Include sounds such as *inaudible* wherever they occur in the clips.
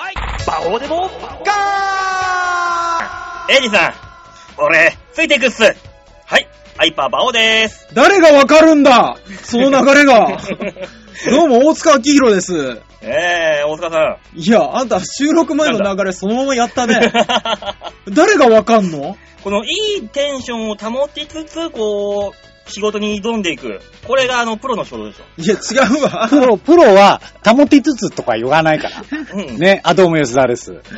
ここでも、ガエイジさん、俺、ついていくっす。はい、ハイパーバオでー *laughs* す。誰がわかるん *laughs* だその流れ *laughs* が。どうも、大塚明宏です。えー、大塚さいや、あんた収録前の流れそのままやった *laughs* ね。ん。誰がわかんの *laughs* このいいテンションを保ちつつ、こう、仕事に挑んでいく。これがあの、プロの仕事でしょ。いや、違うわ。プロ、プロは、保てつつとか言わないから。うん。ね、あ、どうも吉沢です。うん。テ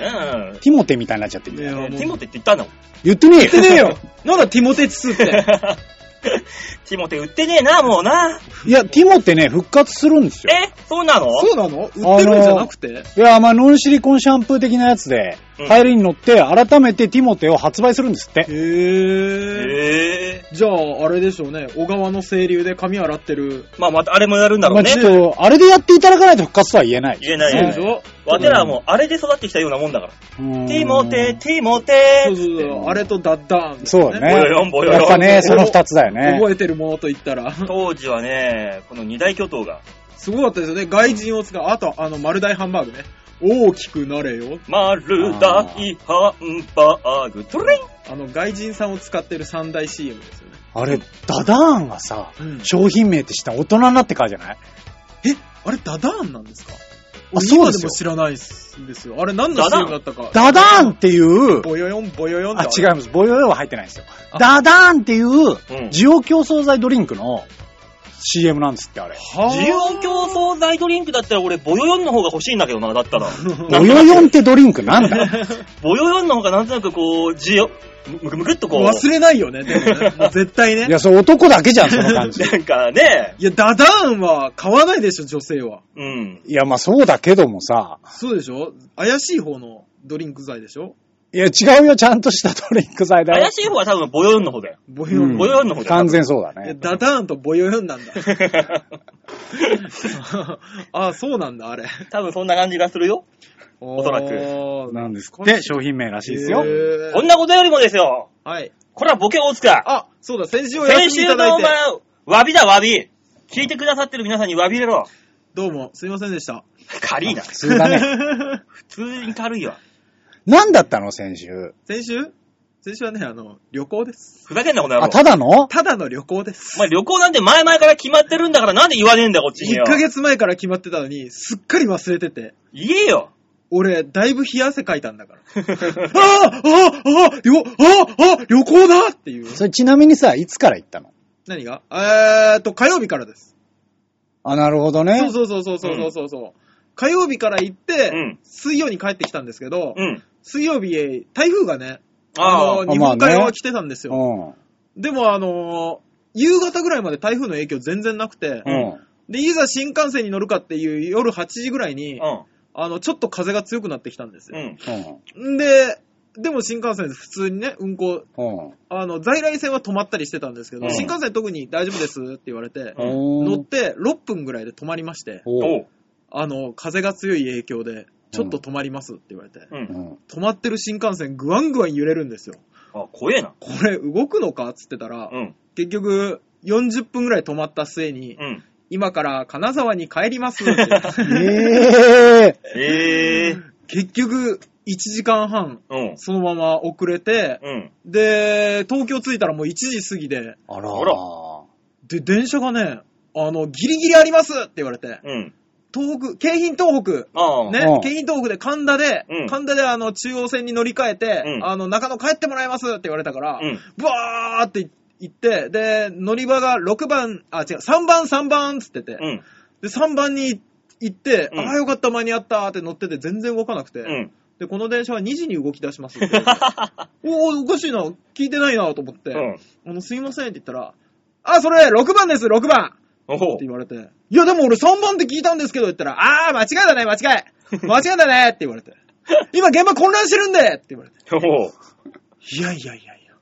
ィモテみたいになっちゃってるんいだやよ。もうティモテって言ったんだ *laughs* もん。言ってねえ言ってねえよ。 *laughs* なんだ、ティモテツスって。ティモテ売ってねえな、もうな。いや、ティモテね、復活するんですよ。え、そうなの *laughs* そうなの売ってるんじゃなくていや、まあ、ノンシリコンシャンプー的なやつで、う流ん行りに乗って、改めてティモテを発売するんですって。へえ。えじゃあ、あれでしょうね。小川の清流で髪洗ってる。ー。まあ、またあれもやるんだろまうあ、ねち。ょっと、あれでやっていただかないと復活とは言えない。言えないそよねうでし。ょわてらはもう、あれで育ってきたようなもんだから。ティモテ、ティモテそうそうそう。あれとダッダーン。そうだねぼよよんぼうーよん。よん。やっぱね、その二つだよね。覚えてるものと言ったら。 *laughs* 当時はね、この二大巨頭が。すごかったですよね。外人を使う。あと、あの、丸大ハンバーグね。大きくなれよ。マルダイハンバーグ、トゥルリンあの、外人さんを使ってる三大 CM ですよね。あれ、ダダーンがさ、商品名って知ったら大人になってからじゃないえ、あれダダーンなんですかあそう今でですもよ知らないですですよ。あれ何の CM だったか。ダダーンっていう、ボヨヨン、ボヨヨンあ、違いう。ます。ボヨヨは入ってないんですよ。ダダーンっていう、ん需要競争剤ドリンクの CM なんですって、あれ。は需要競争大ドリンクだったら俺、ボヨヨンの方が欲しいんだけどな、だったら。ボヨヨンってドリンクなん *laughs* だボヨヨンの方がなんとなくこう、需要、むむくっとこう。忘れないよね、でも *laughs* ね。もう絶対ね。いいや、や、それ男だけじゃん、その感じ。なんかね、ダダーンは買わないでしょ、女性は。うん。いや、まあそうだけどもさ。そうでしょ怪しい方のドリンク剤でしょいや、違うよ、ちゃんとしたドリンク剤だよ。怪しい方は多分ボヨヨンの方だよ。 *laughs* ボヨうヨんン。ボヨヨンの方だよ。完全そうだいやね。ダダーンとボヨヨンなん *laughs* だ。ああ、そうなんだ、あれ。多分そんな感じがするよ。おそらくくなんですって、商品名らしいですよ。こんなことよりもですよ、はい。これはボケ大塚。あ、そうだ、先週お先休みい週ただのおいて。前、詫びだ、詫び。聞いてくださってる皆さんに詫びれろ。どうも、すいませんでした。軽いな。普通だ *laughs* ね。普通に軽いわ。なんだったの、先週。 *laughs* 先週先週はね、あの、旅行です。ふざけんな、この野あ、郎。ただのただの旅行です。お前旅行なんて前々から決まってるんだからなんで言わねえんだよ、こっちによ。 1ヶ月前から決まってたのに、すっかり忘れてて。言えよ。俺、だいぶ冷や汗かいたんだ *laughs* から。あああああ旅ああ旅行だっていう。それちなみにさ、いつから行ったの何がえーっと、火曜日からです。あ、なるほどね。そうそうそうそうそうそうそう、火曜日から行って、うん水曜に帰ってきたんですけど、うん。水曜日、台風がね、あああの、。日本海まあ側ね来てたんですよ。うん。でもあのー夕方ぐらいまで台風の影響全然なくて、うん。で、いざ新幹線に乗るかっていう夜8時ぐらいに、うあの、ちょっと風が強くなってきたんですよ。ん。うん。うん。で、でも新幹線普通にね、運行、うん。あの、在来線は止まったりしてたんですけど、うん新幹線特に大丈夫ですって言われて、おー乗って6分ぐらいで止まりまして、おおう。う。あの、風が強い影響で、ちょっと止まりますって言われて、う。うんん。止まってる新幹線ぐわんぐわん揺れるんですよ。あ、怖えな。これ動くのかっつってたら、うん。結局、40分ぐらい止まった末に、うん。今から金沢に帰り *laughs* ますって。ええええ。結局、1時間半、うん。そのまま遅れて、うん。で、東京着いたらもう1時過ぎで、あらあらで、電車がね、あの、ギリギリありますって言われて、うん。東北、京浜東北、ああ。うねん、京浜東北で神田で、うん神田であの、中央線に乗り換えて、うんあの、中野帰ってもらいますって言われたから、うん。ブワーって行って、で、乗り場が6番、あ、違う、3番3番っつってて、うん。で、3番に行って、うんああ、よかった、間に合ったって乗ってて全然動かなくて、うん。 *laughs* で、この電車は2時に動き出しますって言われて。おお、おかしいな、聞いてないなと思って、うん。あの、すいませんって言ったら、あ、それ、6番です、6番っておう。言われて、いや、でも俺3番って聞いたんですけど、言ったら、ああ、間違いだね、間違 *laughs* い間違いだねって言われて、今現場混乱してるんでって言われて、おう。いやいやいやいや、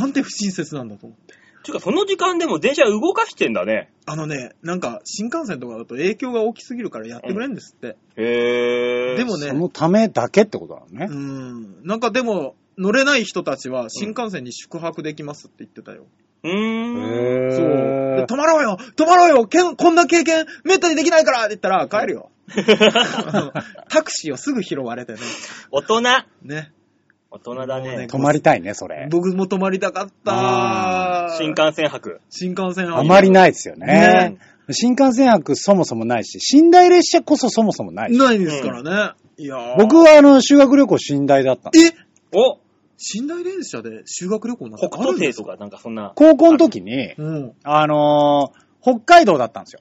なんて不親切なんだと思って。ちゅうか、その時間でも電車動かしてんだね。あのね、なんか、新幹線とかだと影響が大きすぎるからやってくれんですって。へえ。でもねそ、のためだけってことなのねう。ん、なんかでも、乗れない人たちは新幹線に宿泊できますって言ってたよ。うーん。そう。へで泊まろうよ泊まろうよけんこんな経験、めったにできないからって言ったら、帰るよ。タクシーをすぐ拾われてね。 *laughs* 大人。ね。大人だね。泊まりたいね、それ。僕も泊まりたかった。新幹線泊。新幹線あまりなないですよね。新幹線泊そもそもないし、寝台列車こそそもそもないし。ないですからね。いやー僕はあの、修学旅行寝台だったのえお寝台電車で修学旅行なんて北ある斗んで星すとかかなんかそんな。高校の時に、うん。あのー北海道だったんですよ。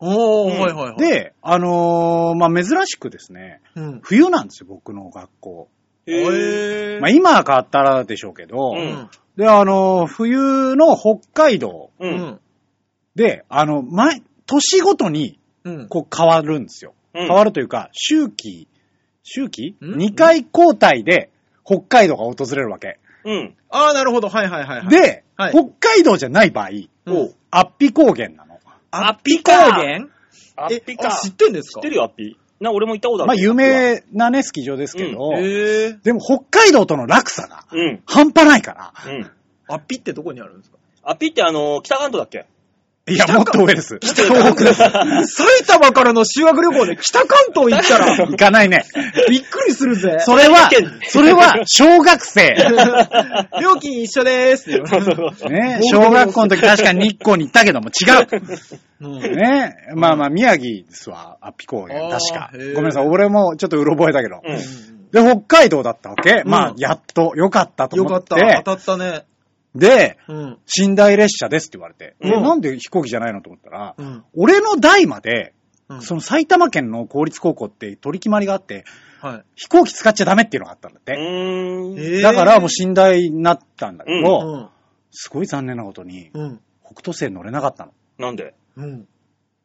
おー、うんはいはいはい。、で、あのーまあ、珍しくですね、うん。冬なんですよ、僕の学校。へぇえまあ、今は変わったらでしょうけど、うんで、あのー冬の北海道う。うんん。で、あの、前、年ごとに、うん。こう変わるんですよ。変わるというか、周期、周期うん ?2 回交代で北海道が訪れるわけ。うん。あー、なるほど。はいはいはいはい。、で、はい北海道じゃない場合、うんおアッピ高原なの。アッピ高か原アえッピか。あ知っ知てんですかってるよ、アッピ。な、俺も行ったことある。まあ、有。名なね、スキー場ですけど、へえ。でも北海道との落差がうん。半端ないから。うん。アッピってどこにあるんですかアッピってあの、北関東だっけいや、もっと上です。東北です。埼玉からの修学旅行で北関東行 *laughs* ったら、行かないね。びっくりするぜ。それは大分県、それは、小学生。 *laughs* 料金一緒でーす。ね、小学校の時確かに日光に行ったけども違う。うんね、まあまあ宮城ですわ、アッピ高原、あー確か。へーごめんなさい、俺もちょっとうろ覚えだけど。うん。で、北海道だったわけ。うんまあ、やっと、よかったとよ思かっ。ってた。当たったね。で、うん。寝台列車ですって言われて。えうんなんで飛行機じゃないのと思ったら、うん。俺の代まで、うんその埼玉県の公立高校って取り決まりがあって、はい。飛行機使っちゃダメっていうのがあったんだっうて。ーん。えーだからもう寝台になったんだけど、うん。すごい残念なことに、うん。北斗星乗れなかったの。なんでうん。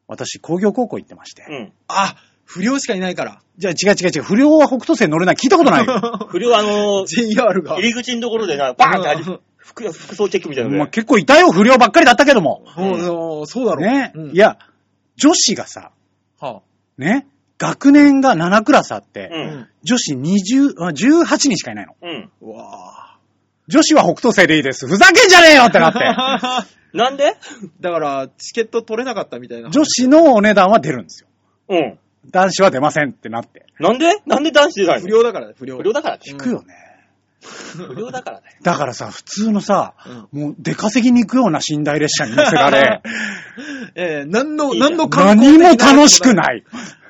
私、工業高校行ってまして。うん。あ、不良しかいないから。じゃあ違う違う違う、不良は北斗星乗れない。聞いたこ *laughs* とないよ。不良あの、 JR が入。り口のところでな、バーンってありうん服服装チェックみたいなまあので。結構いたよ、不良ばっかりだったけども。うんそうだろう。ね、うんい。や、女子がさ、はね、学年が7クラスあって、うあうんん。女子20あ18人しかいないの。うん。うわ女子は北斗星でいいです。ふざけんじゃねえよって *laughs* なって。ぁ。なんでだから、チケット取れなかったみたいな。女子のお値段は出るんですよ。うん。男子は出ませんってなって。なんでなんで男子出ないの不良だからね、不良。不良だからね。うん行くよね。不良だからね。だからさ、普通のさ、うんもう出稼ぎに行くような寝台列車に乗せら *laughs* れ、ええ、何の、いいじゃん何の観光何的も楽しくい。ない。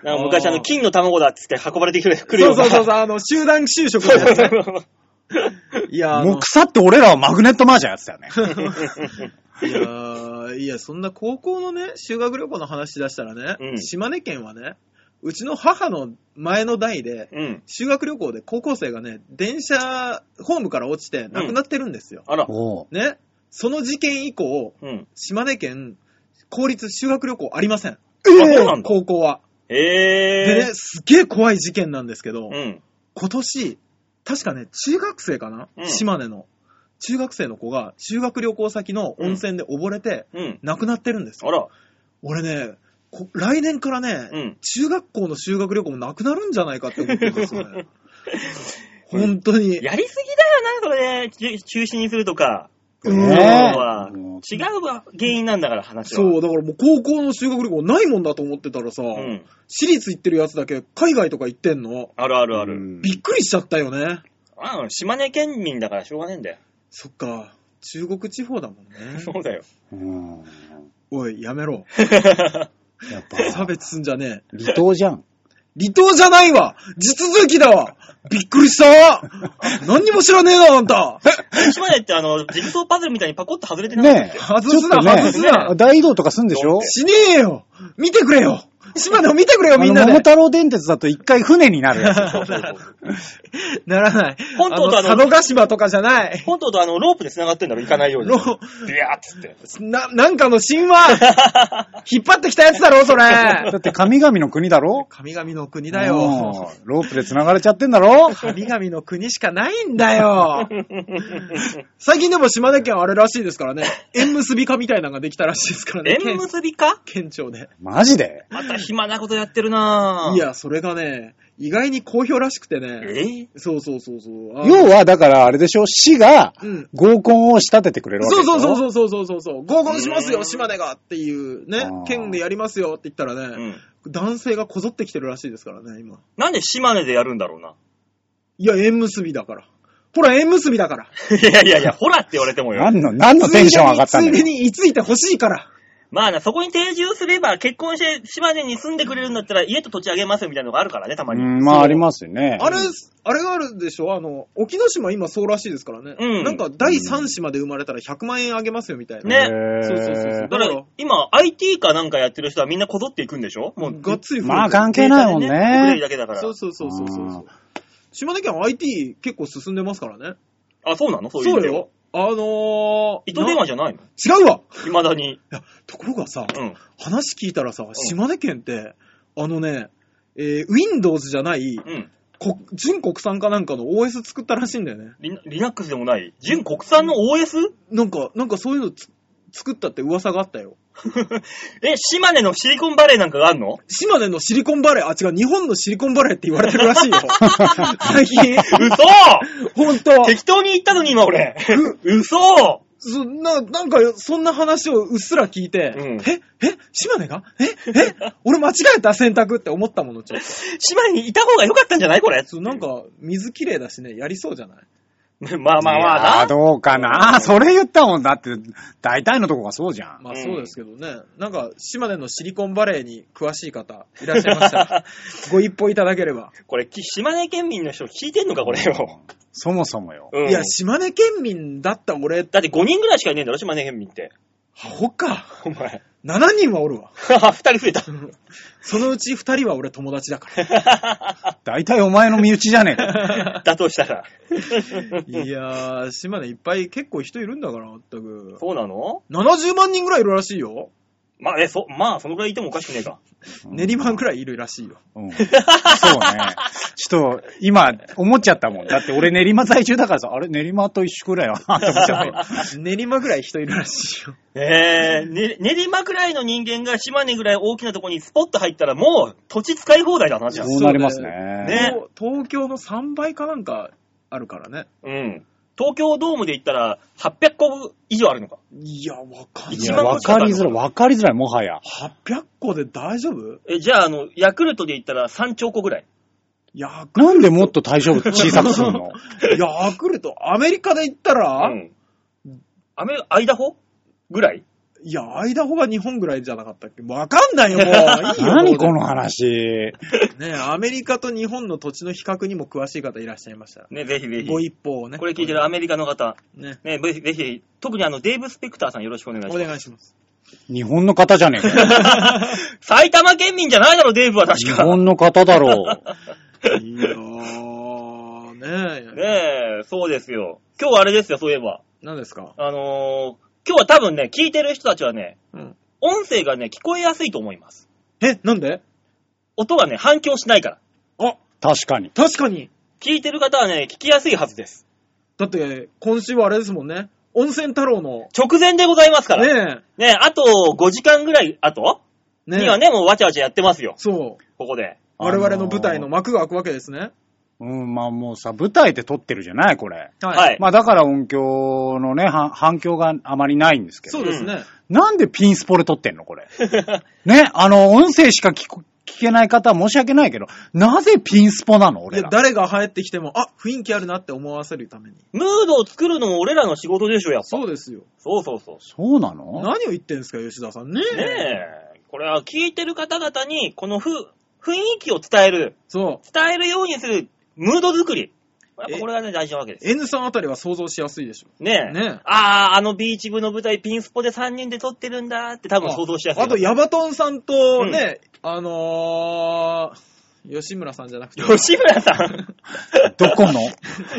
なんか昔ああの、ー金の卵だっつって運ばれてくるくるそよううな。そうそうそう、あの、集団就職そうそうのそ *laughs* やつね。う。いや、あもうの腐って俺らはマグネットマージャンやってたよね。いやーいや、そんな高校のね、修学旅行の話し出したらね、うん島根県はね、うちの母の前の代で、うん。修学旅行で高校生がね、電車、ホームから落ちて亡くなってるんですよ。あら。おうね。その事件以降、うん。島根県、公立修学旅行ありません。あ、そうなんだ。高校は。でねええ。、すっげえ怖い事件なんですけど、うん。今年、確かね、中学生かな、うん島根の。中学生の子が修学旅行先の温泉で溺れてうん。亡くなってるんですよあら。俺ね、こ来年からね、うん中学校の修学旅行もなくなるんじゃないかって思ってるんです *laughs* よね。 *laughs* 本当に。やりすぎだよな、それね。中中止にするとか。うそんうねはうん違うわ原因なんだから、話は。そう、だからもう高校の修学旅行ないもんだと思ってたらさ、うん。私立行ってるやつだけ海外とか行ってんの。あるあるあうる。んびっくりしちゃったよね。あ島根県民だからしょうがねえんだよ。そっか、中国地方だもん *laughs* ねそ。うだよ。うんおい、やめろ。やっ差ぱ、別すんじゃねえ。離島じゃん。離島じゃないわ地続きだわびっくりしたわ何にも知らねえな、あんた島根ってあの、ジグソーパズルみたいにパコッと外れてなかったっねけえ。外すなちょっとね外すな大移動とかすんでしょしねえよ見てくれよ島根を見てくれよ、みんなあので桃太郎電鉄だと一回船になるやつ *laughs* でしょ。ならない。本島とあのあの佐渡島とかじゃない。本島とあの、ロープで繋がってんだろ、行かないように。ロービヤーっつって。な、なんかの *laughs* 神話引っ張ってきたやつだろ、そ *laughs* だれって神々の国だろ神々の国だよ。うんロープで繋がれちゃってんだろ神々の国しかないん *laughs* だよ。最近でも島根県あれらしいですからね。縁結び化みたいなのができたらしいですからね。縁結びか県県庁で。マジでまた暇なことやってるなぁ。い。や、それがね、意外に好評らしくてえね。ーそうそうそうそう。あ要は、だからあれでしょ市がうん合コンを仕立ててくれるわそけでうしょそうそうそうそうそうそう。合コンしますうよ、ん島根がっていうあねー。県でやりますよって言ったらね、うん。男性がこぞってきてるらしいですからね、今。なんで島根でやるんだろうな。 *laughs* いや、縁結びだから。ほら、縁結びだから。いやいやいや、ほらって言われてもよ。何の、何のテンション上がったんついだでに、よ。ついでに居ついてほしいから。まあな、そこに定住すれば、結婚して島根に住んでくれるんだったら、家と土地あげますよみたいなのがあるからね、たまうに。ん、まあありますよね。あれ、あれがあるでしょあの、沖ノ島今そうらしいですからね。うんなんか、第3子まで生まれたら100万円あげますよ、みたいな。ねへーそうそうそうそうだから、今、IT かなんかやってる人はみんなこぞっていくんでしょもう、がっつり増えてるまあ関係ないもんデータで送れるね。だけだから。そうそうそうそうそうあそうー。島根県 IT 結構進んでますからね。あ、そうなのそいそううう意味ではよ。。あのー、糸電話じゃないのな違うわ未だに。いや、ところがさ、うん。話聞いたらさ、島根県って、あのね、えー、Windows じゃない、うん。こ純国産かなんかの OS 作ったらしいんだよね。リリナックスでもない。純国産の OS? なんか、なんかそういうのつ作ったって噂があったよ。 *laughs* え、島根のシリコンバレーなんかがあん *laughs* の島根のシリコンバレー、あ、違う、日本のシリコンバレーって言われてる *laughs* らしいよ。最近、嘘ほんと。適当に言ったのに今俺。嘘そな、なんか、そんな話をうっすら聞いて、うんええ島根がええ俺間違えた選択って思ったもの、ちょっと。島根にいた方が良かったんじゃないこれ。そうなんか、水きれいだしね、やりそうじゃないまあまあいまやあーな。どうかな。それ言ったもんだって、大体のとこがそうじゃん。まあうんそうですけどね。なんか、島根のシリコンバレーに詳しい方、いらっしゃいました *laughs* ら、ご一報いただければ。これ、き島根県民の人聞いてんのか、これよ。そもそもよ。うんいや、島根県民だった俺、だって5人ぐらいしかいねえんだろ、島根県民って。アホか。お前。 7人はおるわ。 2人増えた。そのうち2人は俺友達 *laughs* だから。大体お前の身内じゃねえか。だとしたら。いやー、島根いっぱい結構人いるんだから、まったく。そうなの70万人ぐらいいるらしいよ。まあ、え、そ、まあ、そのぐらいいてもおかしくねえか。練馬くらいいるらしいよ。うんそうね。ちょっと、今、思っちゃったもん。だって俺練馬在住だからさ、あれ練馬と一緒くらいはなって思っちゃったよ。練馬くらい人いるらしいよ。ええね、練馬くらいの人間が島根ぐらい大きなとこにスポッと入ったら、もう土地使い放題だな、じゃあ。そうなりますね。ね東東京の3倍かなんかあるからね。うん。東京ドームで言ったら、800個以上あるのか。いや、わかんい一や、番わ欲しかっかたのりづらい、わかりづらい、もはや。 800個で大丈夫え、じゃあ、あの、ヤクルトで言ったら3兆個ぐらい。ヤクなんでもっと対象小さくするのヤクルト、アメリカで言ったら、うん。アメ、アイダホぐらいいや、アイダホが日本ぐらいじゃなかったっけわかんないよ、もう。いいよ。 *laughs* 何こもの話。うね。ねアメリカと日本の土地の比較にも詳しい方いらっしゃいましたら。ね、ぜひぜひ。ご一報をね。これ聞いてるアメリカの方、ね。ね、ぜひ、ぜひ、特にあの、デーブ・スペクターさんよろしくお願いしおます。願いします。日本の方じゃねえかよ。埼玉県民じゃないだろ、デーブは日確か。本の方だろう。いやー、ねえ。ねえ、そうですよ。今日はあれですよ、そういえば。何ですかあのー、今日は多分ね、聞いてる人たちはね、うん音声がね、聞こえやすいと思います。え、なんで音がね、反響しないから。あ、確かに。確かに。聞いてる方はね、聞きやすいはずです。だって、今週はあれですもんね。温泉太郎の。直前でございますから。ねねえ、あと5時間ぐらい後え。にはねえ。ね、もうわちゃわちゃやってますよ、そう。ここで。あの我ー々の舞台の幕が開くわけですね。うん、まあもうさ、舞台で撮ってるじゃない、これ。ははいい。まあだから音響のね、は反響があまりないんですけど。そうですね。なんでピンスポで撮ってんの、これ。ね、あの、音声しか聞こ聞けない方は申し訳ないけど、なぜピンスポなの、で俺ら。誰が入ってきても、あ、雰囲気あるなって思わせるために。ムードを作るのも俺らの仕事でしょ、やっぱ。そうですよ。そうそうそう。そうなの何を言ってんすか、吉田さん。ねえ。ねえ、これは聞いてる方々に、このふ雰囲気を伝える、そ伝えるようにするムード作り。やっぱこれがね、大事なわけでう。す。 N さんあたりは想像しやすいでしょ。ねえ。ねえああ、あのビーチ部の舞台、ピンスポで3人で撮ってるんだって多分想像しやすい。あと、ヤバトンさんとね、あのー、吉村さんじゃなくて、吉村さ *laughs* ん。どこの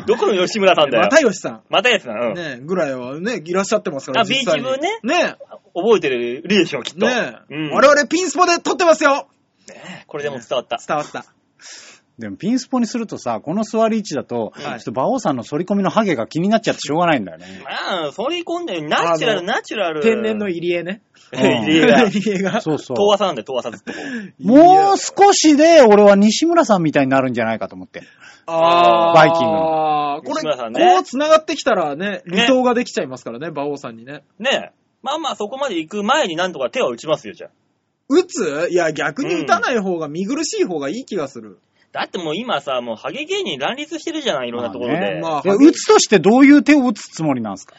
どこの吉村さんだよ。又吉さまたやつな。うんん、。ね、ぐらいはね、いらっしゃってますから、あ実際にビーチ部ねね覚えてるでしょ、きっと。ねうん、我々ピンスポで撮ってますよこれでも伝わった。伝わった。でもピンスポにするとさ、この座り位置だと、はいちょっと馬王さんの反り込みのハゲが気になっちゃってしょうがないんだよね。まあ、反り込んでる、ナチュラル、あのナチュラル。天然の入り江ね。うん入り江が。 *laughs* 入り江が。そうそ遠う。浅なんで、遠浅ずっと。もう少しで俺は西村さんみたいになるんじゃないかと思って。あーバイキこング吉村さんれ、ねこう繋がってきたらね、離島ができちゃいますからね、馬王さんにね。ねえ。まあまあ、そこまで行く前になんとか手を打ちますよ、じゃあ。打ついや、逆に打たない方が見苦しい方がいい気がする。だってもう今さ、もうハゲ芸人乱立してるじゃない、いろんなところで。まああねまあ、え打つとしてどういう手を打つつもりなんですか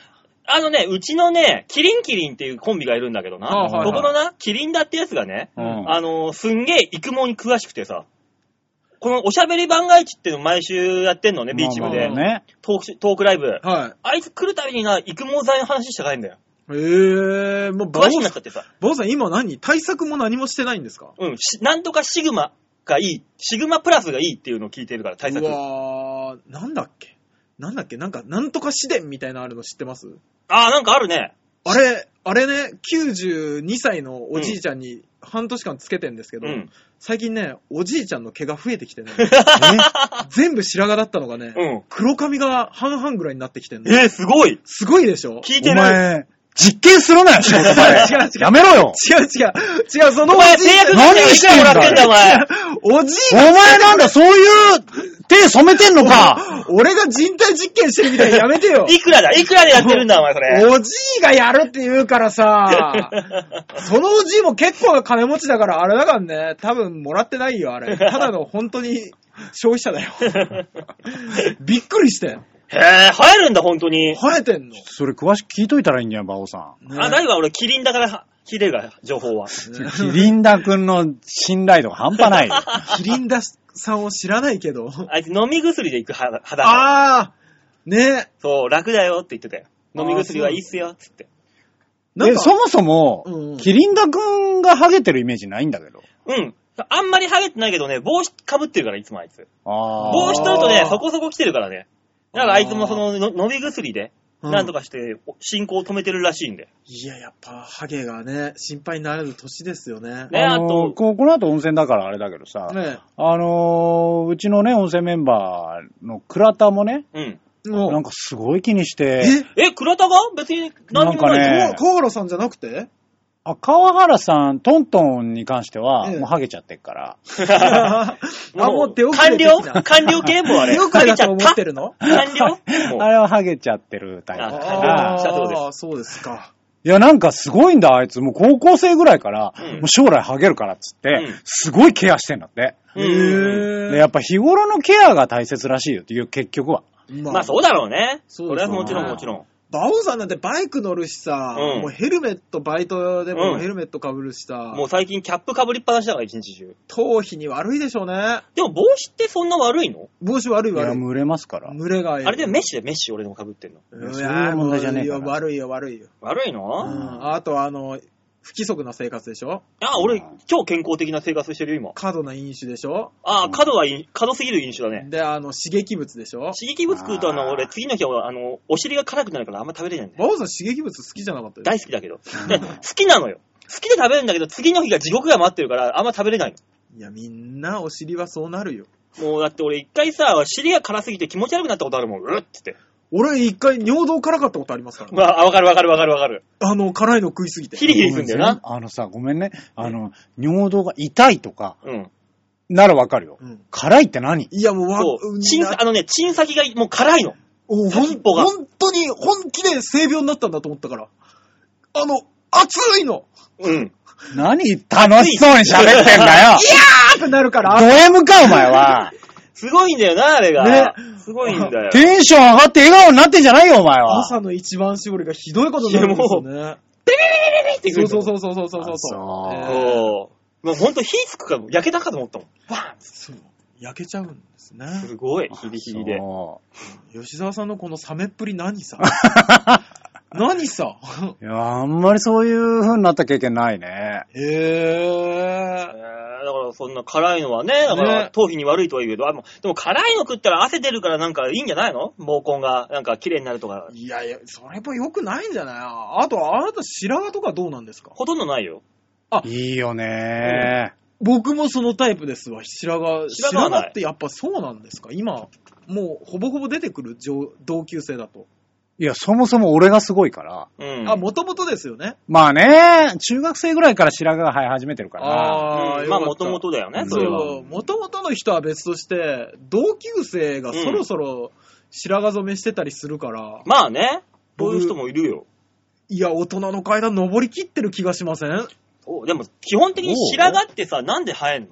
のね、うちのね、キリンキリンっていうコンビがいるんだけどな、あはいはいここのな、キリンだってやつがね、うんあのーすんげえ育毛に詳しくてさ、このおしゃべり番外地っていうの毎週やってんのね、ビーチ部で。まあまあね。トークしトークライブ。はあいつ来るたびにな、育毛剤の話して帰んだよ。い。へえ、もう、バ詳しオくなっちさゃってさ。ん、バオさん今何対策も何もしてないんですかうん、しなんとかシグマがいい、シグマプラスがいいっていうのを聞いてるから、対策。うわー、なんだっけなんだっけなんか、なんとか試練みたいなのあるの知ってますああ、なんかあるね。あれ、あれね、92歳のおじいちゃんに半年間つけてんですけうど、ん。最近ね、おじいちゃんの毛が増えてきてね、全部白髪だったのがね、うん黒髪が半々ぐらいになってきてんの。えー、すごいすごいでしょ聞いおてる。前、実験するなよ、仕事場違う違うで。やめろよ。違う違う、違う、そのおお前、じい製ちゃ薬ん会社にしてもらってんだ、お前。。おじいお前なんだ、そういう手染めてんのか。俺が人体実験してるみたいにやめてよいくらだいくらでやってるんだ、お前、それ。おじいがやるって言うか *laughs* らさ、そのおじいも結構な金持ちだから、あれだからね、多分もらってないよ、*laughs* あれ。ただの本当に消費者だよ。びっくりして。へえ、生えるんだ、本当に。生えてんの。それ詳しく聞いといたらいいんじゃん、馬王さん。あ、大は俺、キリンだから聞いてるから、情報は。キリンダ君の信頼度が半端 *laughs* ないよ。キリンダさんを知らないけど。あいつ飲み薬で行く派派だから。あー、ね。そう、楽だよって言ってたよ。飲み薬はいいっすよ、つって。なんえかそもそも、うんキリンダ君がハゲてるイメージないんだけど。うん。あんまりハゲてないけどね、帽子かぶってるから、いつもあいつ。あ帽子取るとあねー、そこそこ来てるからね。だからあいつもそのの飲み薬で、うんなんとかして進行を止めてるらしいんで。いや、やっぱ、ハゲがね、心配になる年ですよね。ねあのあとここの後温泉だからあれだけどさ、ねあのーうちのね、温泉メンバーの倉田もね、うん。もうなんかすごい気にして、ええ、倉田が別に何にもない。なんかねこう小原さんじゃなく *laughs* てあ川原さん、トントンに関しては、ええもうハゲちゃってっから、 *laughs* あ、もう手遅れ完的 *laughs* 了な。完了系もうあれ。手遅れだと思ってるの完了 *laughs* もうあれはハゲちゃってるタイプだあから完了、したそうですあーそうですか。いや、なんかすごいんだ、あいつ。もう高校生ぐらいから、うんもう将来ハゲるからっつって、うんすごいケアしてんだって。うで、やっぱ日頃のケアが大切らしいよっていう、結局は。ままあそうだろうね。そうそれはもちろんそうもちろん。バオさんなんてバイク乗るしさ、うんもうヘルメット、バイトでうもんヘルメットかぶるしさ、もう最近キャップかぶりっぱなしだから、一日中。頭皮に悪いでしょうね。でも帽子ってそんな悪いの帽子悪いいや、悪い。蒸れますから。群れがいい。あれでメッシュでメッシュ俺でもかぶってんの。うんそういいうやーも問う題じゃねえから悪いよ、悪いよ。悪いうのん、あと、あの、不規則な生活でしょあ、俺超健康的な生活してるよ、今。過度な飲酒でしょあ、角はい、角すぎる飲酒だね。で、あの、刺激物でしょ刺激物食うと、ああの、ー俺、次の日は、あの、お尻が辛くなるからあんま食べれないんだよ。バオさん刺激物好きじゃなかった大好きだけど。で *laughs* 好きなのよ。好きで食べるんだけど、次の日が地獄が待ってるから、あんま食べれないいや、みんなお尻はそうなるよ。の。もう、だって俺、一回さ、尻が辛すぎて気持ち悪くなったことあるもん。うっつって。俺、一回尿道辛かったことありますからね、まあ、あわかるわかるわかるわかる。あの、辛いの食いすぎて。ヒリヒリするんだよな。あのさ、ごめんね。あの、尿道が痛いとか、うん。ならわかるよ。うん辛いって何いや、もうわ、そう。んチン、あのね、チン先がもう辛いの。おほん先っぽが本当に、本気で性病になったんだと思ったから。あの、熱いのうん。何楽しそうに喋ってんだよあーってなるかドら、 M か、お前 *laughs* は。すごいんだよな、あれが。すごいんだよ。テンション上がって笑顔になってんじゃないよ、お前は。朝の一番絞りがひどいことになるんですよね。そうそうう。そうそうそうそうそう。あそうえーそう。もうほんと火つくかも、焼けたかと思ったもん。バそう焼けちゃうんですね。ーンすごい、 *laughs* ヒリヒリで。そ吉沢さんのこの冷めっぷり何 *laughs* さ何さういや、あんまりそういう風になった経験ないね。*laughs* へえーー。だからそんな辛いのはね、だからね頭皮に悪いとは言うけど、あもうでも辛いの食ったら汗出るからなんかいいんじゃないの毛根がなんか綺麗になるとか。いやいや、それも良くないんじゃないあと、あなた白髪とかどうなんですかほとんどないよ。いいよね、僕もそのタイプですわ、白髪。白白髪はない髪ってやっぱそうなんですか今、もうほぼほぼ出てくる上同級生だと。いや、そもそも俺がすごいから。うん。あ、もともとですよね。まあね、中学生ぐらいから白髪が生え始めてるから。あうんまあもともとだよね、うんそれは。そう、もともとの人は別として、同級生がそろそろ白髪染めしてたりするから、まあね、こういう人もいるよ。いや、大人の階段登りきってる気がしませんおでも、基本的に白髪ってさ、なんで生えんのっ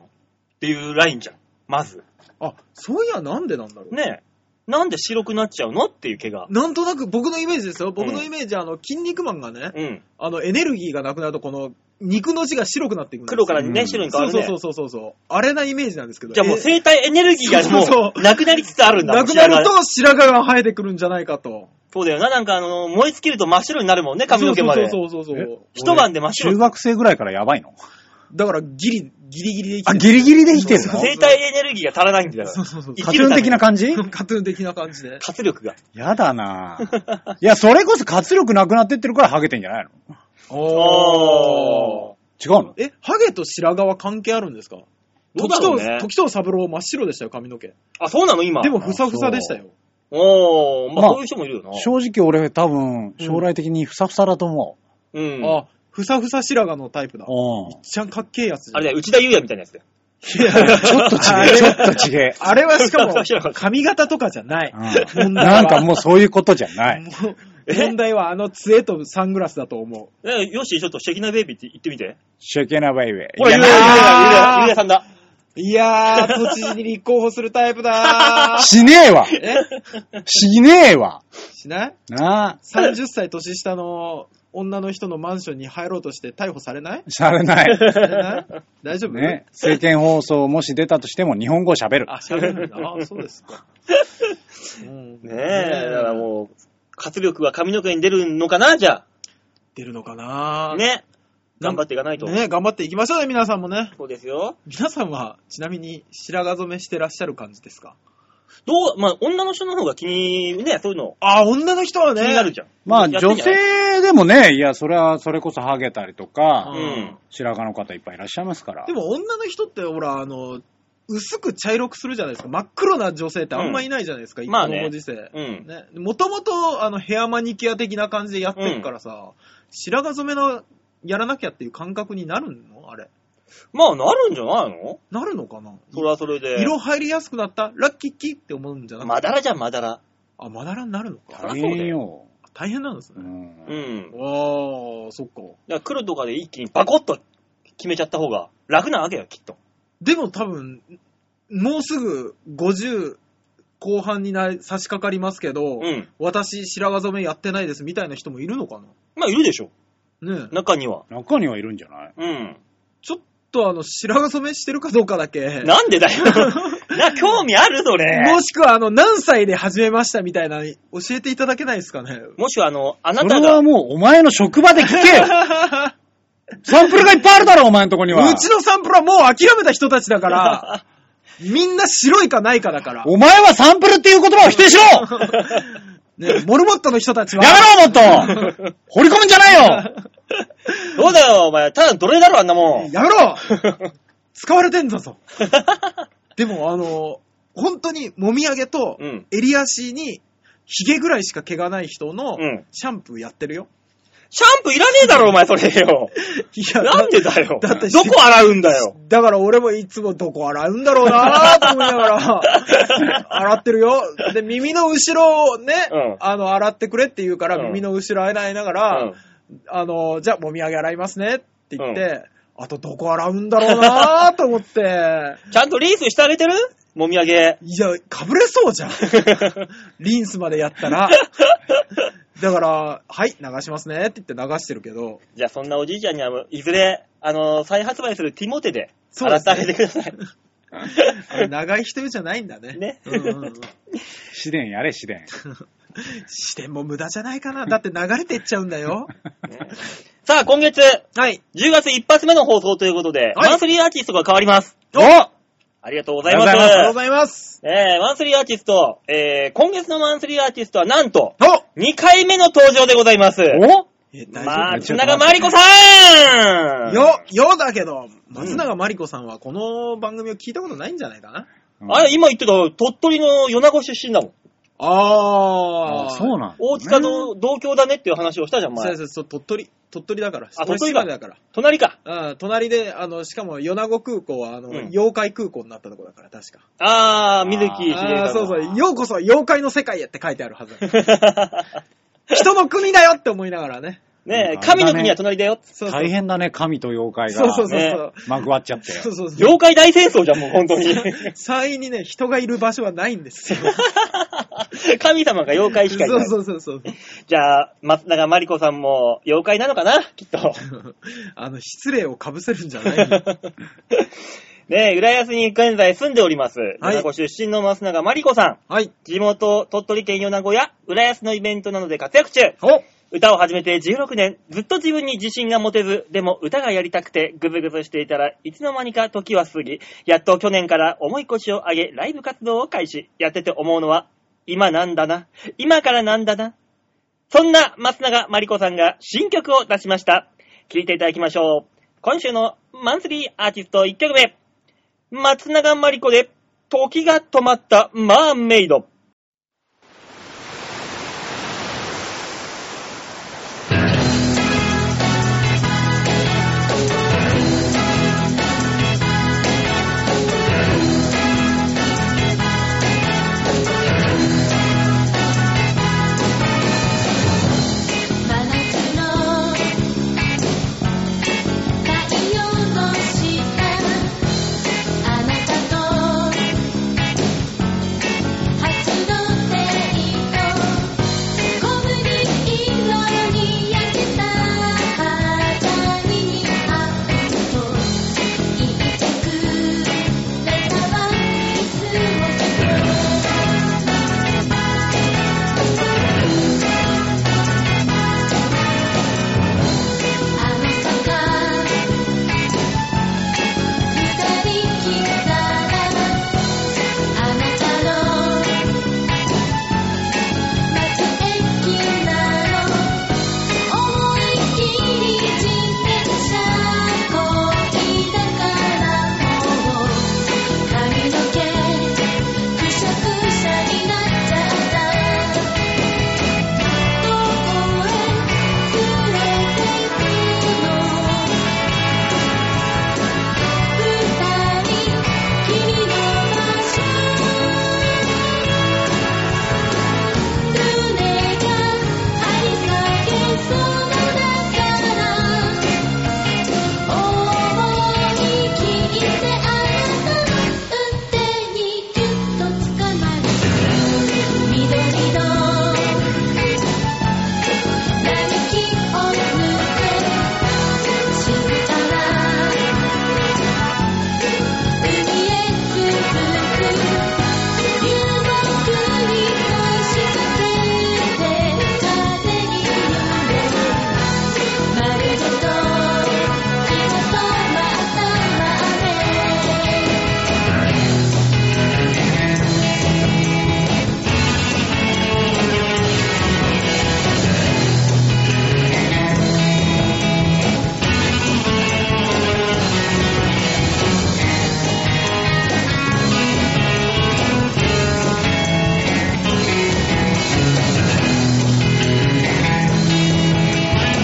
ていうラインじゃん。まず。あ、そういやなんでなんだろう。ねえ。なんで白くなっちゃうのっていう毛が。なんとなく僕のイメージですよ。僕のイメージは、あの、筋肉マンがね、うん。あの、エネルギーがなくなると、この、肉の字が白くなっていくんです黒よからうね、ん白に変わるね。そうそうそうそうそう。あれなイメージなんですけど。じゃあもうえ生体エネルギーがそうそうもそう、うなくなりつつあるんだ。なくな白る髪と白髪が生えてくるんじゃないかと。そうだよな。なんかあの、燃え尽きると真っ白になるもんね、髪の毛まで。そうそうそうそうそう。一晩で真っ白中。学生ぐらいからやばいのだからギリ、ギリギリであ、生きてギリギリで生きてるそうの生体エネルギーが足らないんだからそう。そうそう。生カきトるゥーンために的な感じカトゥーン的な感じで。活力が。やだなぁいや、それこそ活力なくなってってるからハゲてんじゃないのおー違うのえ、ハゲと白髪は関係あるんですかどう時だろと、うね。時と三郎真っ白でしたよ、髪の毛。あ、そうなの今。でも、ふさふさでしたよ。おー、まあまあそういう人もいるよな。正直俺多分、将来的にふさふさだと思うん。ああ、ふさふさ白髪のタイプだ。う。うん。ちゃんかっけえやつじゃんれだよ、内田祐也みたいなやつだよ。ちょっとあ違れえ、ちょっと違え。あれは *laughs* しかも白髪、髪型とかじゃない。うんなんかもうそういうことじゃない。もうえ *laughs* 問題はあの杖とサングラスだと思う。ねよし、ちょっとシェキナベイビーって言ってみて。シェケナバイウェイ。ほら、いやゆうや、ゆうや、あーゆうやさんだ。いやー、都知事に立候補するタイプだ *laughs* ー。しねえわえしねえわしないなあ。 ?30 歳年下の女の人のマンションに入ろうとして逮捕されないしゃれない。されない大丈夫ね。政見放送もし出たとしても日本語喋る。あ、喋るんだ。あ、そうですか。うんねえ、だからもう、活力は髪の毛に出るのかな、じゃ出るのかあ。なね。頑張っていかないと。ね頑張っていきましょうね、皆さんもね。そうですよ。皆さんは、ちなみに白髪染めしてらっしゃる感じですかどう、まあ、女の人の方が気に、ね、そういうの、あ、女の人は気ね。になるじゃん。まあやって女んじゃない性でもね、いや、それは、それこそハゲたりとうか、うん。白髪の方いっぱいいらっしゃいますから。でも女の人って、ほら、あの、薄く茶色くするじゃないですか。真っ黒な女性ってあんまいないじゃないですか、んま今あのねご時世。うん。ね、もともと、あの、ヘアマニキュア的な感じでやってるからさ、白髪染めの、やらなきゃっていう感覚になるのあれ。まあ、なるんじゃないのなるのかなそれはそれで。色入りやすくなったラッキッキーって思うんじゃなくて、まだらじゃん、まだら。あ、まだらになるのか。大変よ。大変なんですうね。んうん。だかああ、そっか。ら黒とかで一気にバコッと決めちゃった方が楽なわけよ、きっと。でも多分、もうすぐ50後半にな差し掛かりますけど、うん。私白髪染めやってないですみたいな人もいるのかまあ、いるでしょ。なねえ中には。中にはいるんじゃないうん。ちょっとあの、白髪染めしてるかどうかだけ。なんで *laughs* だよ。な、興味あるそれ。もしくはあの、何歳で始めましたみたいな、教えていただけないですかね。もしあの、あなそたれがは、もうお前の職場で聞け *laughs* よサンプルがいっぱいあるだろ、お前のとこ *laughs* には。うちのサンプルはもう諦めた人たち *laughs* だ *laughs* から、みんな白いかないかだから。お前はサンプルっていう言葉を否 *laughs* 定しろやね、モルモットの人たちは。めろ、も *laughs* っと掘り込むんじゃないよどうだよ、お前。ただ奴隷だろ、あんなもん。やめろ *laughs* 使われてんだぞ。でも、あの、本当に、もみあげとう、ん。襟足に、ヒゲぐらいしか毛がない人のうん、シャンプーやってるよ。シャンプーいらねえだろ、お前、それ *laughs* よ。いやなんでだよ。だってどこ洗うんだよ。だから俺もいつもどこ洗うんだろうなと思いなが *laughs* ら、洗ってるよ。で、耳の後ろをね、うんあの、洗ってくれって言うから、うん耳の後ろ洗いながうら、ん。あの、じゃあ、もみあげ洗いますねって言って、あとどこ洗うんだろうなと思って、ちゃんとリースしてあげてるもみあげ。いや、かぶれそ *laughs* うじゃん。リンスまでやったら。だから、はい、流しますねって言って流してるけど、じゃあ、そんなおじいちゃんには、いずれ、あの、再発売するティモテで、そう洗でっすてねあげてください。 *laughs* あれ長い人じゃないんだね。ねうんうんうん試練やれ、試練。視点も無駄じゃないかな。だって流れてっちゃうんだよ。さあ、今月、はい。 10月一発目の放送ということで、はいマンスリーアーティストが変わります。おあありがとうございます。ありあがりがとます。うございます。えー、マンスリーアーティスト、えー、今月のマンスリーアーティストはなんと、お2回目の登場でございます。おえ、大丈松永まりこさーん夫よ、よだけど、松永まりこさんはこの番組を聞いたことないんじゃないかな。あれ、今言ってた、鳥取の米子出身だもん。ああそうなんだね大塚と同郷だねっていう話をしたじゃん、そう前。そうそう、鳥取、鳥取だから。あ鳥取か俺島根だから。隣か。うん、隣で、あの、しかも、米子空港は、あの、うん妖怪空港になったとこだから、確か。あー、水木しげあさあー、ん。そ *laughs* うそう、ようこそ妖怪の世界へって書いてあるはずだ。人の国だよって思いながらね。ねうんえ、神の国は隣だよ。そうそう大変だね、神と妖怪が。そうそうそうそう。まぐわっちゃって。そうそうそう。妖怪大戦争じゃん、もう本当に。山陰にね、人がいる場所はないんですよ。神様が妖怪しかいなそ。いうそうそうそう。じゃあ、松永まりこさんも妖怪なのかなきっと。あの、失礼をかぶせるんじゃないよねえ、浦安に現在住んでおります。はい米子出身の松永まりこさん。はい。地元、鳥取県米子や浦安のイベントなどで活躍中。お歌を始めて16年、ずっと自分に自信が持てず、でも歌がやりたくてグズグズしていたらいつの間にか時は過ぎ、やっと去年から重い腰を上げライブ活動を開始。やってて思うのは、今なんだな。今からなんだな。そんな松永まりこさんが新曲を出しました。聴いていただきましょう。今週のマンスリーアーティスト1曲目。松永まりこで、時が止まったマーメイド。真夏の太陽の下あなたと初のデート小麦色に焼けた肌に似合うと言ってくれたわいつもあなたが二人きりだったらあなたの待つ駅なの思い切り自転車こぎだからもう髪の毛くしゃくしゃになっちゃったどこへ連れてくの？「あなたの二人きりの場所」「胸が張り裂けそうだから」「思い切ってあなたの腕にぎゅっとつかまる」「緑の」「並木を抜け」「知ったら」「あなたの海へ続く」「流木に押しかけて風に揺れる」「まるで時が止まったまで」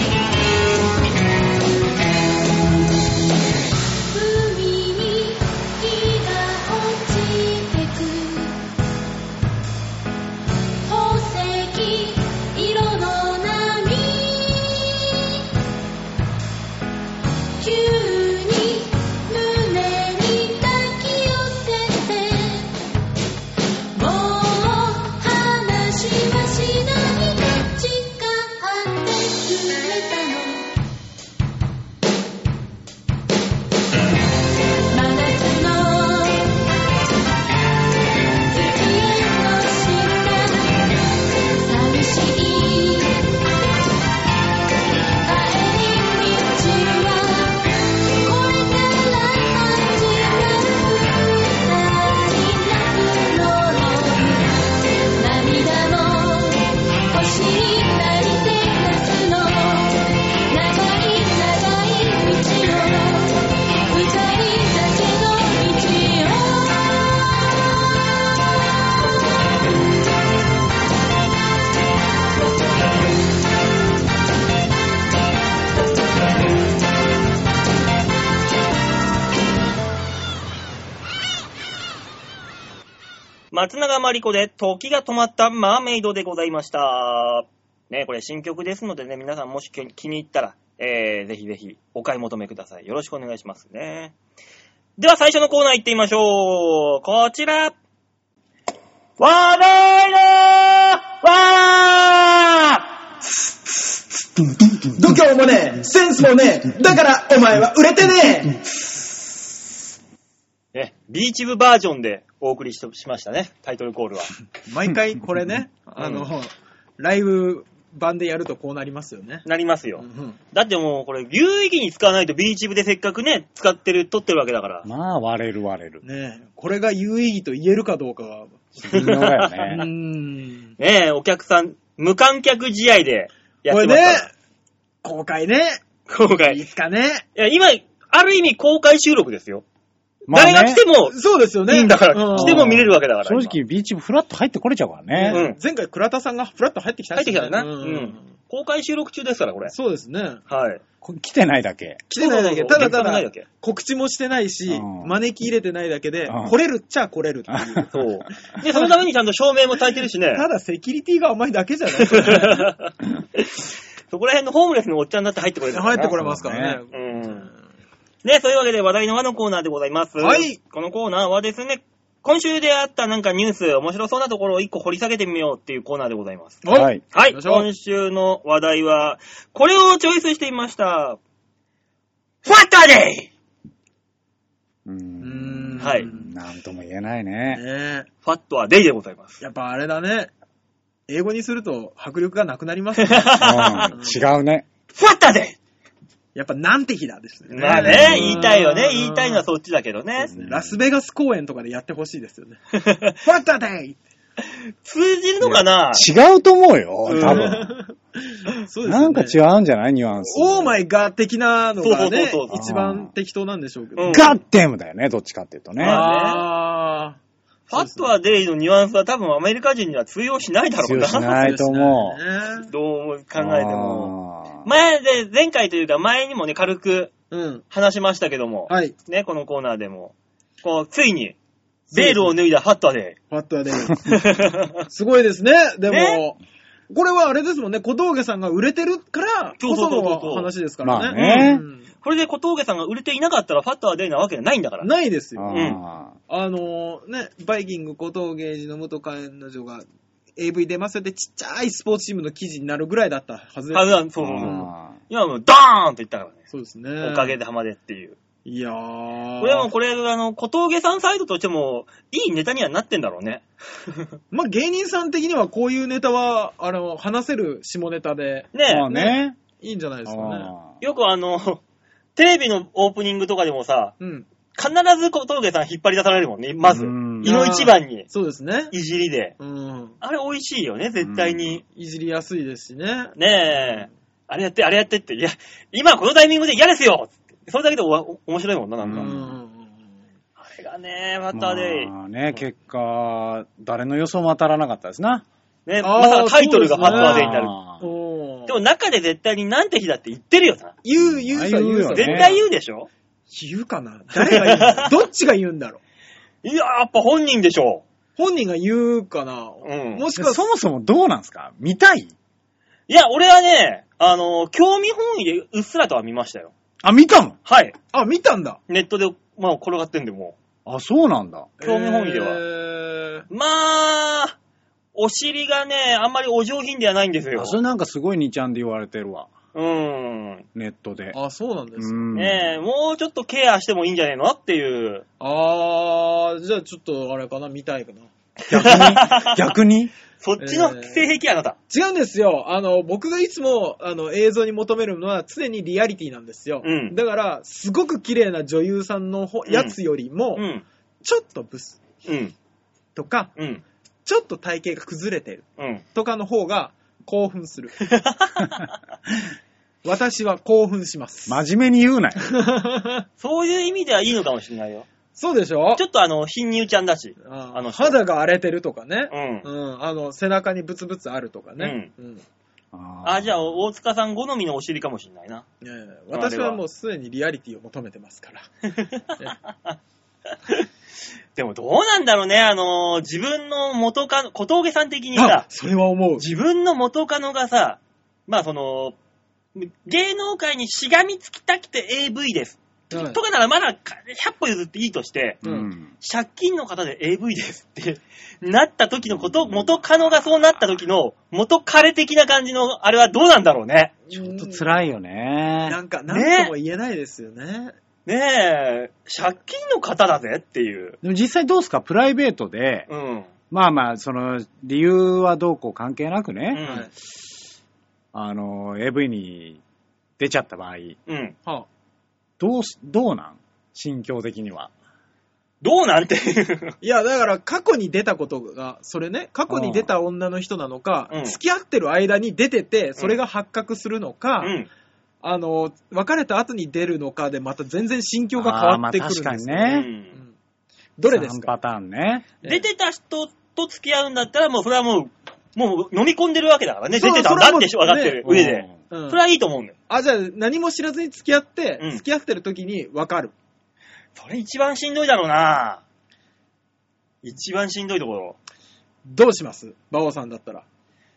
海に日が落ちてく宝石色の波急に胸に抱き寄せてもう話はしないで誓ってくれたの「真夏の月への下」「寂しい帰り道はこれから始まる二人泣くの涙も星になりて夏の長い長い道を」二人だけの道を」「二人だけの道を」松永まりこで時が止まったマーメイドでございました。ね、これ新曲ですのでね、皆さんもし気気に入ったら、えー、ぜひぜひお買い求めください。よろしくお願いしますね。では最初のコーナー行ってみましょう。こちら。話題のわ度胸もねえ、センスもねえ、だからお前は売れてねーね、ビーチ部バージョンでお送りしとしましたね、タイトルコールは。毎回これね、あの、ライブ版でやるとこうなりますよね。なりますうよ。んだってもうこれ、有意義に使わないとビーチ部でせっかくね、使ってる、撮ってるわけだから。まあ、割れる割れる。ねえ、これが有意義と言えるかどうかは、微妙だようーね。ん。ねえ、お客さん、無観客試合でやこっれてまねすか、公開ね、ら。今回。いいつかね。や、今、ある意味公開収録ですよ。まあね誰が来てもそうですよね。いいんだから、う来ても見れるわけだから。正今直、ビーチ部フラッと入ってこれちゃうからうね。ん前回倉田さんがフラッと入ってきた入ってきたよな。ううんん。。公開収録中ですから、これ。そうですね。はい。こ来てないだけ。来てないだけ。そうたそうそうおだた客さんがないだだけ、告知もしてないし、うん招き入れてないだけで、うん来れるっちゃ来れるっていう。そう。で、そのためにちゃんと照明も焚いてるしね。ただセキュリティが甘いだけじ *laughs* ゃないそれそこら辺のホームレスのおっちゃんだって入ってこれるから入なってこれますからね。うん。ね、そういうわけで話題の輪のコーナーでございます。はいこのコーナーはですね、今週であったなんかニュース、面白そうなところを一個掘り下げてみようっていうコーナーでございます。おはい。はい。よいしょ今週の話題は、これをチョイスしてみました。ファッタデイう。うんーんはいなんとも言えないね。ねえファットはデイでございます。やっぱあれだね。英語にすると迫力がなくなりますね。うん、違うね。ファッタデやっぱなんて日だですイね。まあね、言いたいよね。うん言いたいのはそっちだけどね。ラスベガス公演とかでやってほしいです *laughs* よね。ファッタデイ通じるのかな違うと思うよ、多分。 *laughs* そうですよね。なんか違うんじゃないニュアンス。オーマイガー的なのがそうそうねそうそう、一番適当なんでしょうけど。うんガッテムだよね、どっちかっていうとね。まああファットはデイのニュアンスは多分アメリカ人には通用しないだろう強しな。ないと思う。ー。ね *laughs* どう考えても。あー前で、前回というか前にもね、軽くうん。話しましたけども、はい。ね、このコーナーでも、こう、ついに、ベールを脱いだハッタで、ファットはデイ。 *laughs* すごいですね。でも、ねこれはあれですもんね、小峠さんが売れてるからこそそうそうそうそうの話ですからね。まあねうんこれで小峠さんが売れていなかったらファッタはデイなわけないんだから。ないですよ。ああのね、バイキング小峠寺の元彼女が AV 出ますってちっちゃいスポーツチームの記事になるぐらいだったはずです。あそうそうーそうあ今はもうドーンと言ったからね。そうですね。おかげで浜でっていう。いやこー。れはもうこれ、あの、小峠さんサイドとしても、いいネタにはなってんだろうね。まあ芸人さん的にはこういうネタは、あの、話せる下ネタでねー。えまあね。いいんじゃないですかね。あーよくあの、 *laughs* テレビのオープニングとかでもさ、うん。必ず小峠さん引っ張り出されるもんね、まず。う胃んの一番に、そうですね。いじりで。うん。あれ美味しいよね、絶対に。いじりやすいですしね。ねえ、あれやって、あれやってって、いや、今このタイミングで嫌ですよそれだけでおわお面白いもんな、なんうか。ん。あれがね、またね、まあね、結果、誰の予想も当たらなかったですな。ね、あーまさかタイトルがそフうでァットすねアデイになる。あーおーでも中で絶対になんて日だって言ってるよな。言う、言うさ、あ言うよね言うさ。絶対言うでしょ言うかな誰が言うんだ *laughs* ろうどっちが言うんだろういや、やっぱ本人でしょ本人が言うかな、うん。もしくは、そもそもどうなんですか見たいういや、俺はね、あの、興味本位でうっすらとは見ましたよ。あ、見たもん。はい。あ、見たんだ。ネットで、まあ、転がってんでもあ、そうなんだ。興味本位ではは。う。まあ、お尻がね、あんまりお上品ではないんですよあ、。それなんかすごい2ちゃんで言われてるわ。うん。ネットで。あ、そうなんですうか。ん。ねえ、もうちょっとケアしてもいいんじゃねえのっていう。あー、じゃあちょっとあれかな、見たいかな。逆に逆にそっちのえー性癖あなた。違うんですよ。あの、僕がいつも、あの、映像に求めるのは常にリアリティなんですよ。うんだから、すごく綺麗な女優さんのほうんやつよりも、うん。ちょっとブスうん。とか、うん。ちょっと体型が崩れてるうん。とかの方が興奮 *laughs* する。私は興奮します。真面目に言うなよ。そういう意味ではいいのかもしれないよ。そうでしょちょっとあの、貧乳ちゃんだし。ああのの人肌が荒れてるとかねう、ん。うん、あの背中にブツブツあるとかね、うんああ、じゃあ、大塚さん好みのお尻かもしれないな。ええ私はもうすでにリアリティを求めてますから。でもどうなんだろうね、あのー自分の元カノ、小峠さん的にさ、それは思う。自分の元カノがさ、まあその、芸能界にしがみつきたくて AV です。はいとかならまだか100歩譲っていいとして、ううんん。借金の方で AV ですって *laughs* なった時のこと、元カノがそうなった時の元彼的な感じのあれはどうなんだろうね。ちょほんと辛いよねな。んか、なんとも言えないですよね。ねえ、借金の方だぜっていう。でも実際どうですかプライベートで、うん。まあまあ、その、理由はどうこう関係なくうね、ん。あの、AV に出ちゃった場合、うん。はどうす、どうなん心境的には。どうなんていう。いや、だから過去に出たことが、それね、過去に出た女の人なのか、うん付き合ってる間に出てて、それが発覚するのか、うん。あの、別れた後に出るのかで、また全然心境が変わってくるんですよ、あーまあ確かにうねうんんどれです三かパターンね。出てた人と付き合うんだったら、もうそれはもう、もう飲み込んでるわけだからね。そう出てたんだってそれ分はかもうってる上で。うんそれはいいと思うんだよ。あ、じゃあ何も知らずに付き合って、うん付き合ってる時に分かる。それ一番しんどいだろうな一番しんどいところ。どうします馬王さんだったら。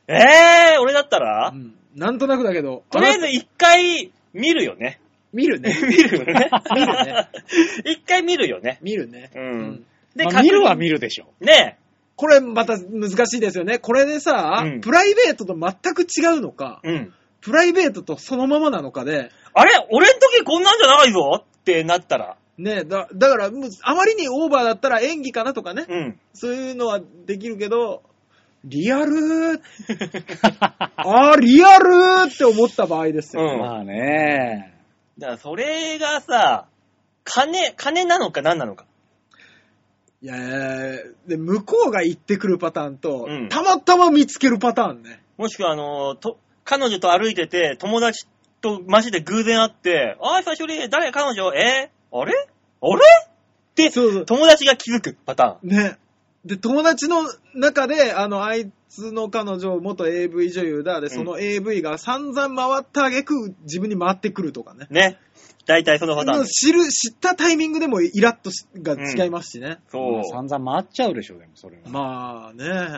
ええー、俺だったら、 *laughs* うんなんとなくだけど、とりあえずなた一回見るよね。見 *laughs* る見ね。るよね *laughs* 見るね。 *laughs* 一回見るよね。見るね。うんまあ見るはる。見るでしょ。ねこれまた難しいですよね。これでさ、うんプライベートと全く違うのか、え。うん。プライベートとそのままなのかで、あれ俺ん時こんなんじゃないぞってなったら。ね、だだからもうあまりにオーバーだったら演技かなとかね、うん。そういうのはできるけど、リアル *laughs* ーあー、リアルーって思った場合ですよ。うんまあね。だからそれがさ、金、金なのか何なのか。いやーで、向こうが行ってくるパターンと、うんたまたま見つけるパターンね。もしくはあのーと、彼女と歩いてて、友達とマジで偶然会って、あー、久しぶり、誰彼女えー、あれあれって、そうそう友達が気づくパターン。ね。で、友達の中で、あの、あいつの彼女、元 AV 女優だ。で、その AV が散々回った挙句、自分に回ってくるとかね。ね。大体そのパターンもう。知る、知ったタイミングでもイラッとしが違いますしね。そまあう。散々回っちゃうでしょ、でもそれは。まあね。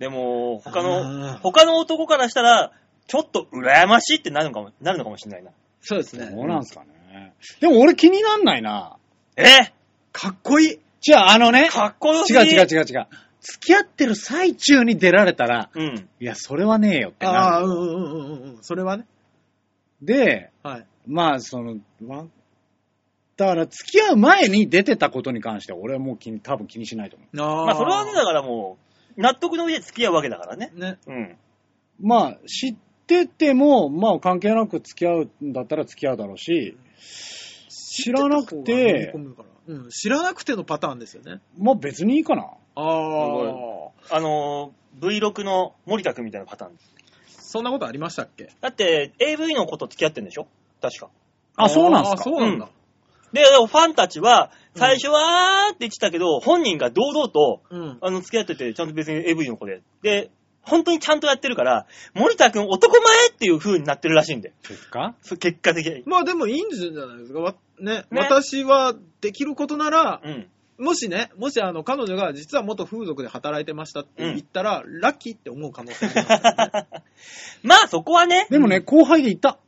でも、他あーの、他の男からしたら、ちょっと羨ましいってなるのかも、なるのかもしれないな。そうですどうなんすかね。でも俺気になんないな。えかっこいい。じゃあ、あのね、かっこよす違ぎう違う違う違う。付き合ってる最中に出られたら、うん。いや、それはねえよってあなあ、る。うんうんうんうんうん。それはね。で、はい。まあ、その、わだから、付き合う前に出てたことに関しては、俺はもう気に、多分気にしないと思あーまあ、それはね、だからもう、納得の上で付き合うわけだからね。ね。うん。う。まあ、知ってても、まあ、関係なく付き合うんだったら付き合うだろうし、知らなくて踏、み込むからうん、知らなくてのパターンですよね。まあ別にいいかな。あすあ。あのー、V6 の森田くんみたいなパターン。そんなことありましたっけだって、AV の子と付き合ってんでしょ確か。あ、そうなんすあかそうなんだ。で、でもファンたちは、最初はーって言ってたけど、本人が堂々と、うん。あの、付き合ってて、ちゃんと別に AV の子で。で、本当にちゃんとやってるから、森田くん男前っていう風になってるらしいんで。ですかそう結果的に。まあでもいいんじゃないですか。わね。ね私はできることなら、うん。 *laughs* もしね、もしあの彼女が実は元風俗で働いてましたって言ったら、ラッキーって思う可 *laughs* 能性もありますからねまあそこはね。でもね、後輩でいた。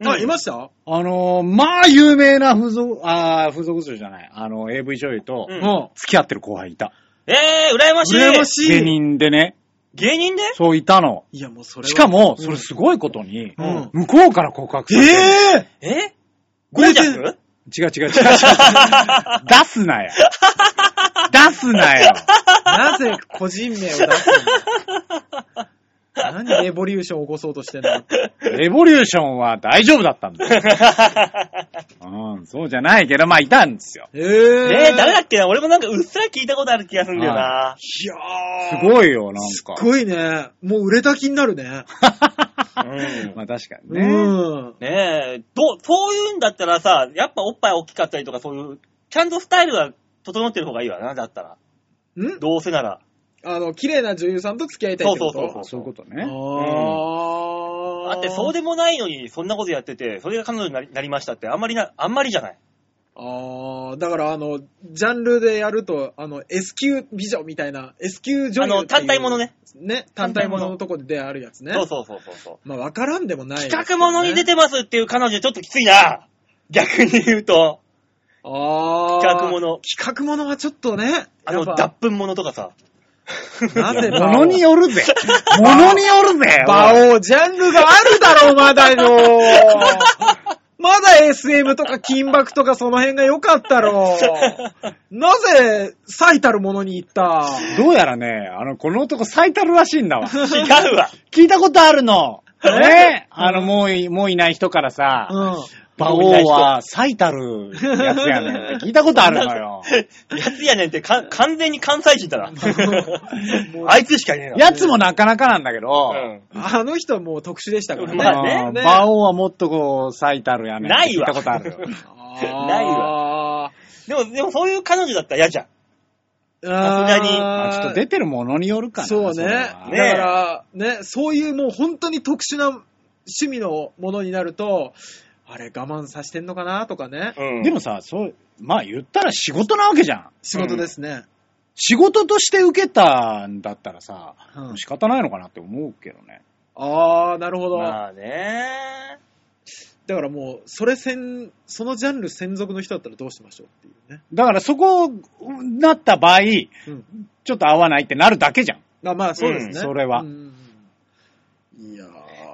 うんあ、いましたあのー、まあ有名な風俗、あー風俗女じゃない。あの、AV 女優とううんん。羨付き合ってる後輩いた。えー、羨ましい。まし芸い。人でね、芸人でそういたの。いやもうそれはしか、も、それすごいことに、うん向こうから告白えされてるええゴージャス違う違う違う違う。出すなよ。出すなよ。なぜ個人名を出すの *laughs* 何エボリューションを起こそうとしてん *laughs* のレボリューションは大丈夫だったんだよ。うん、そうじゃないけど、まあいたんですよ。えー、ねえ、誰だっけな俺もなんかうっすら聞いたことある気がするんだよな。いやすー。ごいよ、なんすか。っごいね。もう売れた気になるね。うん *laughs* まあ確かにうね。ん。ねえ、どう、そういうんだったらさ、やっぱおっぱい大きかったりとかそういう、ちゃんとスタイルが整ってる方がいいわな、だったら。んどうせなら。あの、綺麗な女優さんと付き合いたいってことそうそうそういうことね。あだーってそうでもないのに、そんなことやってて、それが彼女になりなりましたって、あんまりな、あんまりじゃない。ああ、だからあの、ジャンルでやると、あの、S 級美女みたいな、S 級女優あの、っていう単体もの。ね。ね、単体もののとこで出会えるやつね。そうそうそうそうそう。まあ、わからんでもない、企画ものに出て、てますっていう彼女ちょっときついな。逆に言うと、ああ。企画もの。企画ものはちょっとね、あの、やっ脱ぱ粉ものとかさ。なぜ馬物王によるぜ。物によるぜ。馬王、ジャンルがあるだろう、まだよ。まだ SM とか金箔とかその辺が良かったろ *laughs* う。なぜ最たるものに行 *laughs* ったどうやらね、あの、この男最たるらしいんだわ。違うわ。 *laughs* 聞いたことあるの。えねあの、もうい、もういない人からさ、うん。馬王は最たるやつやねんって聞いたことあるの *laughs* よ。やつやねんってか、完全に関西人だな。 *laughs* あいつしかいねえな。やつもなかなかなんだけど、うあの人はもう特殊でしたからね。まあねね馬王はもっとこう、最たるやねんってない聞いわたことあるよ。 *laughs* ないわ。ん。でも、でもそういう彼女だったら嫌じゃん。ささすがにまあちょっと出てるものによるかな。そうそね。れだはかねら、ね、そういうもう本当に特殊な趣味のものになると、あれ我慢させてんのかなとかね。うん。でもさ、そう、まあ言ったら仕事なわけじゃん。仕事ですね。仕事として受けたんだったらさ、うん仕方ないのかなって思うけどね。あー、なるほど。だまあね。からもう、それ専、そのジャンル専属の人だったらどうしましょうっていうね。だからそこ、なった場合、うん。ちょっと合わないってなるだけじゃん。まあまあ、そうですね。うんそれはうんいや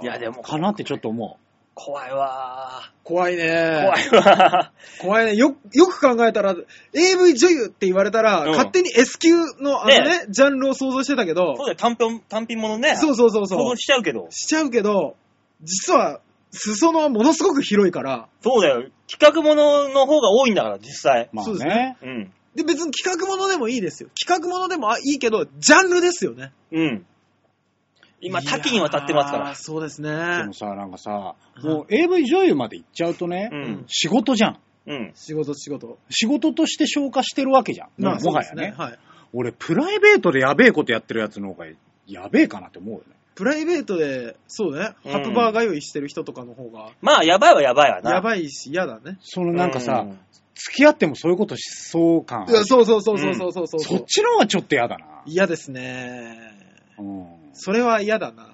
ーいや、でも、かなってちょっと思怖いわ怖いねー。怖い *laughs* わ怖いね。よ、よく考えたら、AV 女優って言われたら、うん勝手に S 級のあのねジャンルを想像してたけー。そうど、だよ、単品、単品ものね。そうそうそ想うそ像う。しちゃうけど。しちゃうけど、実は、裾野はものすごく広いから、そうだよ。企画ものの方が多いんだから、実際。う。まあそうですね。うん。で、別に企画ものでもいいですよ。企画ものでもあいいけど、ジャンルですよね。うん。今、いやー多岐にわたってますから。そうですね。でもさ、なんかさ、うんもう AV 女優まで行っちゃうとね、うん。仕事じゃん。うん。仕事仕事。仕事として消化してるわけじゃん。もうもそうはでやすね。はい。俺、プライベートでやべえことやってるやつの方がやべえかなって思うよね。プライベートで、そうね、うんハプバー通いしてる人とかの方が、まあ、やばいはやばいわな。やばいし、嫌だね。そのなんかさう、ん付き合ってもそういうことしそう感あいるや、そうそうそうそうそうそうそう。そっちの方がちょっと嫌だな。嫌ですね。うんそれは嫌だ *laughs* な。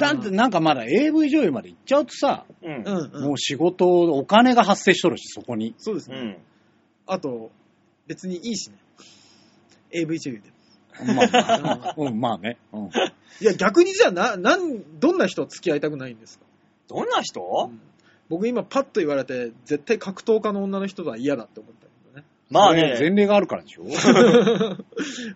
だってなんかまだ AV 女優まで行っちゃうとさ、うん。うんうん。もう仕事、お金が発生しとるし、そこに。そうですうね。ん。あと、別にいいしね。AV 女優でも。まあまあ、うん、まあね。うんいや、逆にじゃあ、な、なん、どんな人付き合いたくないんですか、どんなう人ん僕今パッと言われて、絶対格闘家の女の人とは嫌だって思ったけどね。まあそれね、前例があるからでしょ。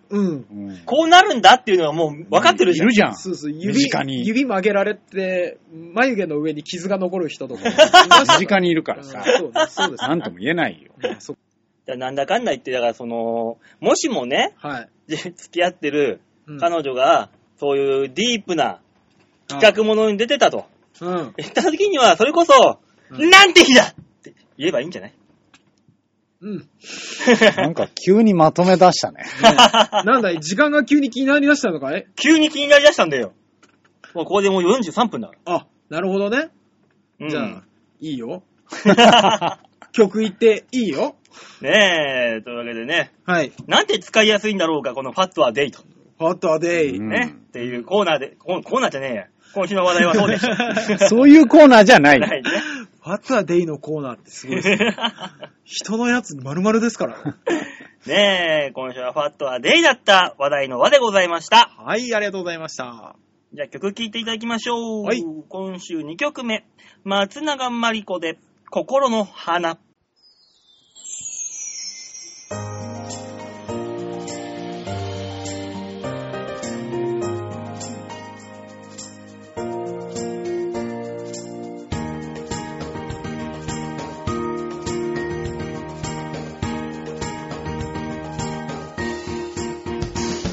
うん。うんこうなるんだっていうのはもう分かってるじゃん。いるじゃん。そうそう、身指近、に指曲げられて、眉毛の上に傷が残る人とか。身身近にいるかからさ、そうです、そうです。なんとも言えないよ。うんそうだからなんだかんだ言って、だからその、もしもね、 *laughs* はい。で付き合ってるうん彼女が、そういうディープな企画ものに出てたと。うん。言った時には、それこそ、うんなんて日だって言えばいいんじゃないうん。 *laughs* なんか急にまとめ出したね。なんだい、時間が急に気になりだしたのかい *laughs* 急に気になりだしたんだよ。もうここでもう43分だから。あ、なるほどね。うんじゃあ、いいよ。曲言っていいよ。 *laughs* ねえ、というわけでね、はい。なんて使いやすいんだろうか、このファットはデイト。ホットデイ。うんね、っていうコーナーで、コーコーナーじゃねえや。今週の話題はそうでした。そういうコーナーじゃない。 *laughs* ないね。ホットデイのコーナーってすごいで *laughs* すね。人のやつ丸々ですからね。 *laughs* ねえ、今週はファットはデイだった話題の輪でございました。はい、ありがとうございました。じゃあ曲聴いていただきましょう。はい今週2曲目、松永まり子で心の花。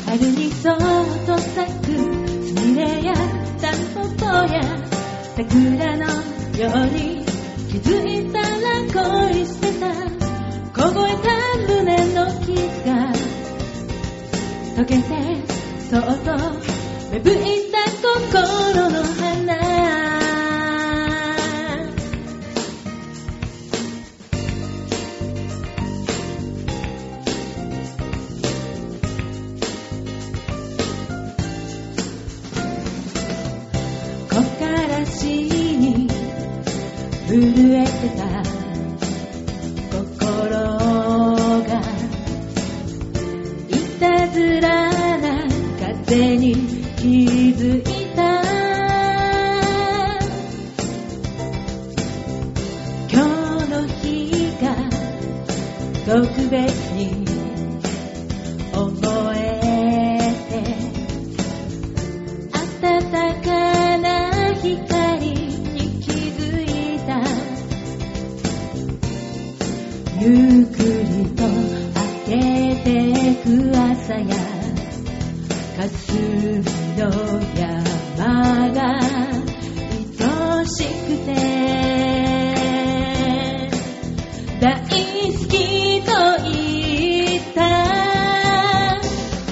春にそっと咲くスミレやタンポポや桜のように気づいたら恋してた凍えた胸の傷が溶けてそっと芽吹いた心の花震えてた心がいたずらな風に気づいた今日の日が特別に思えて暖かな光に気づいたゆっくりと開けてく朝や霞の山が愛しくて大好きと言った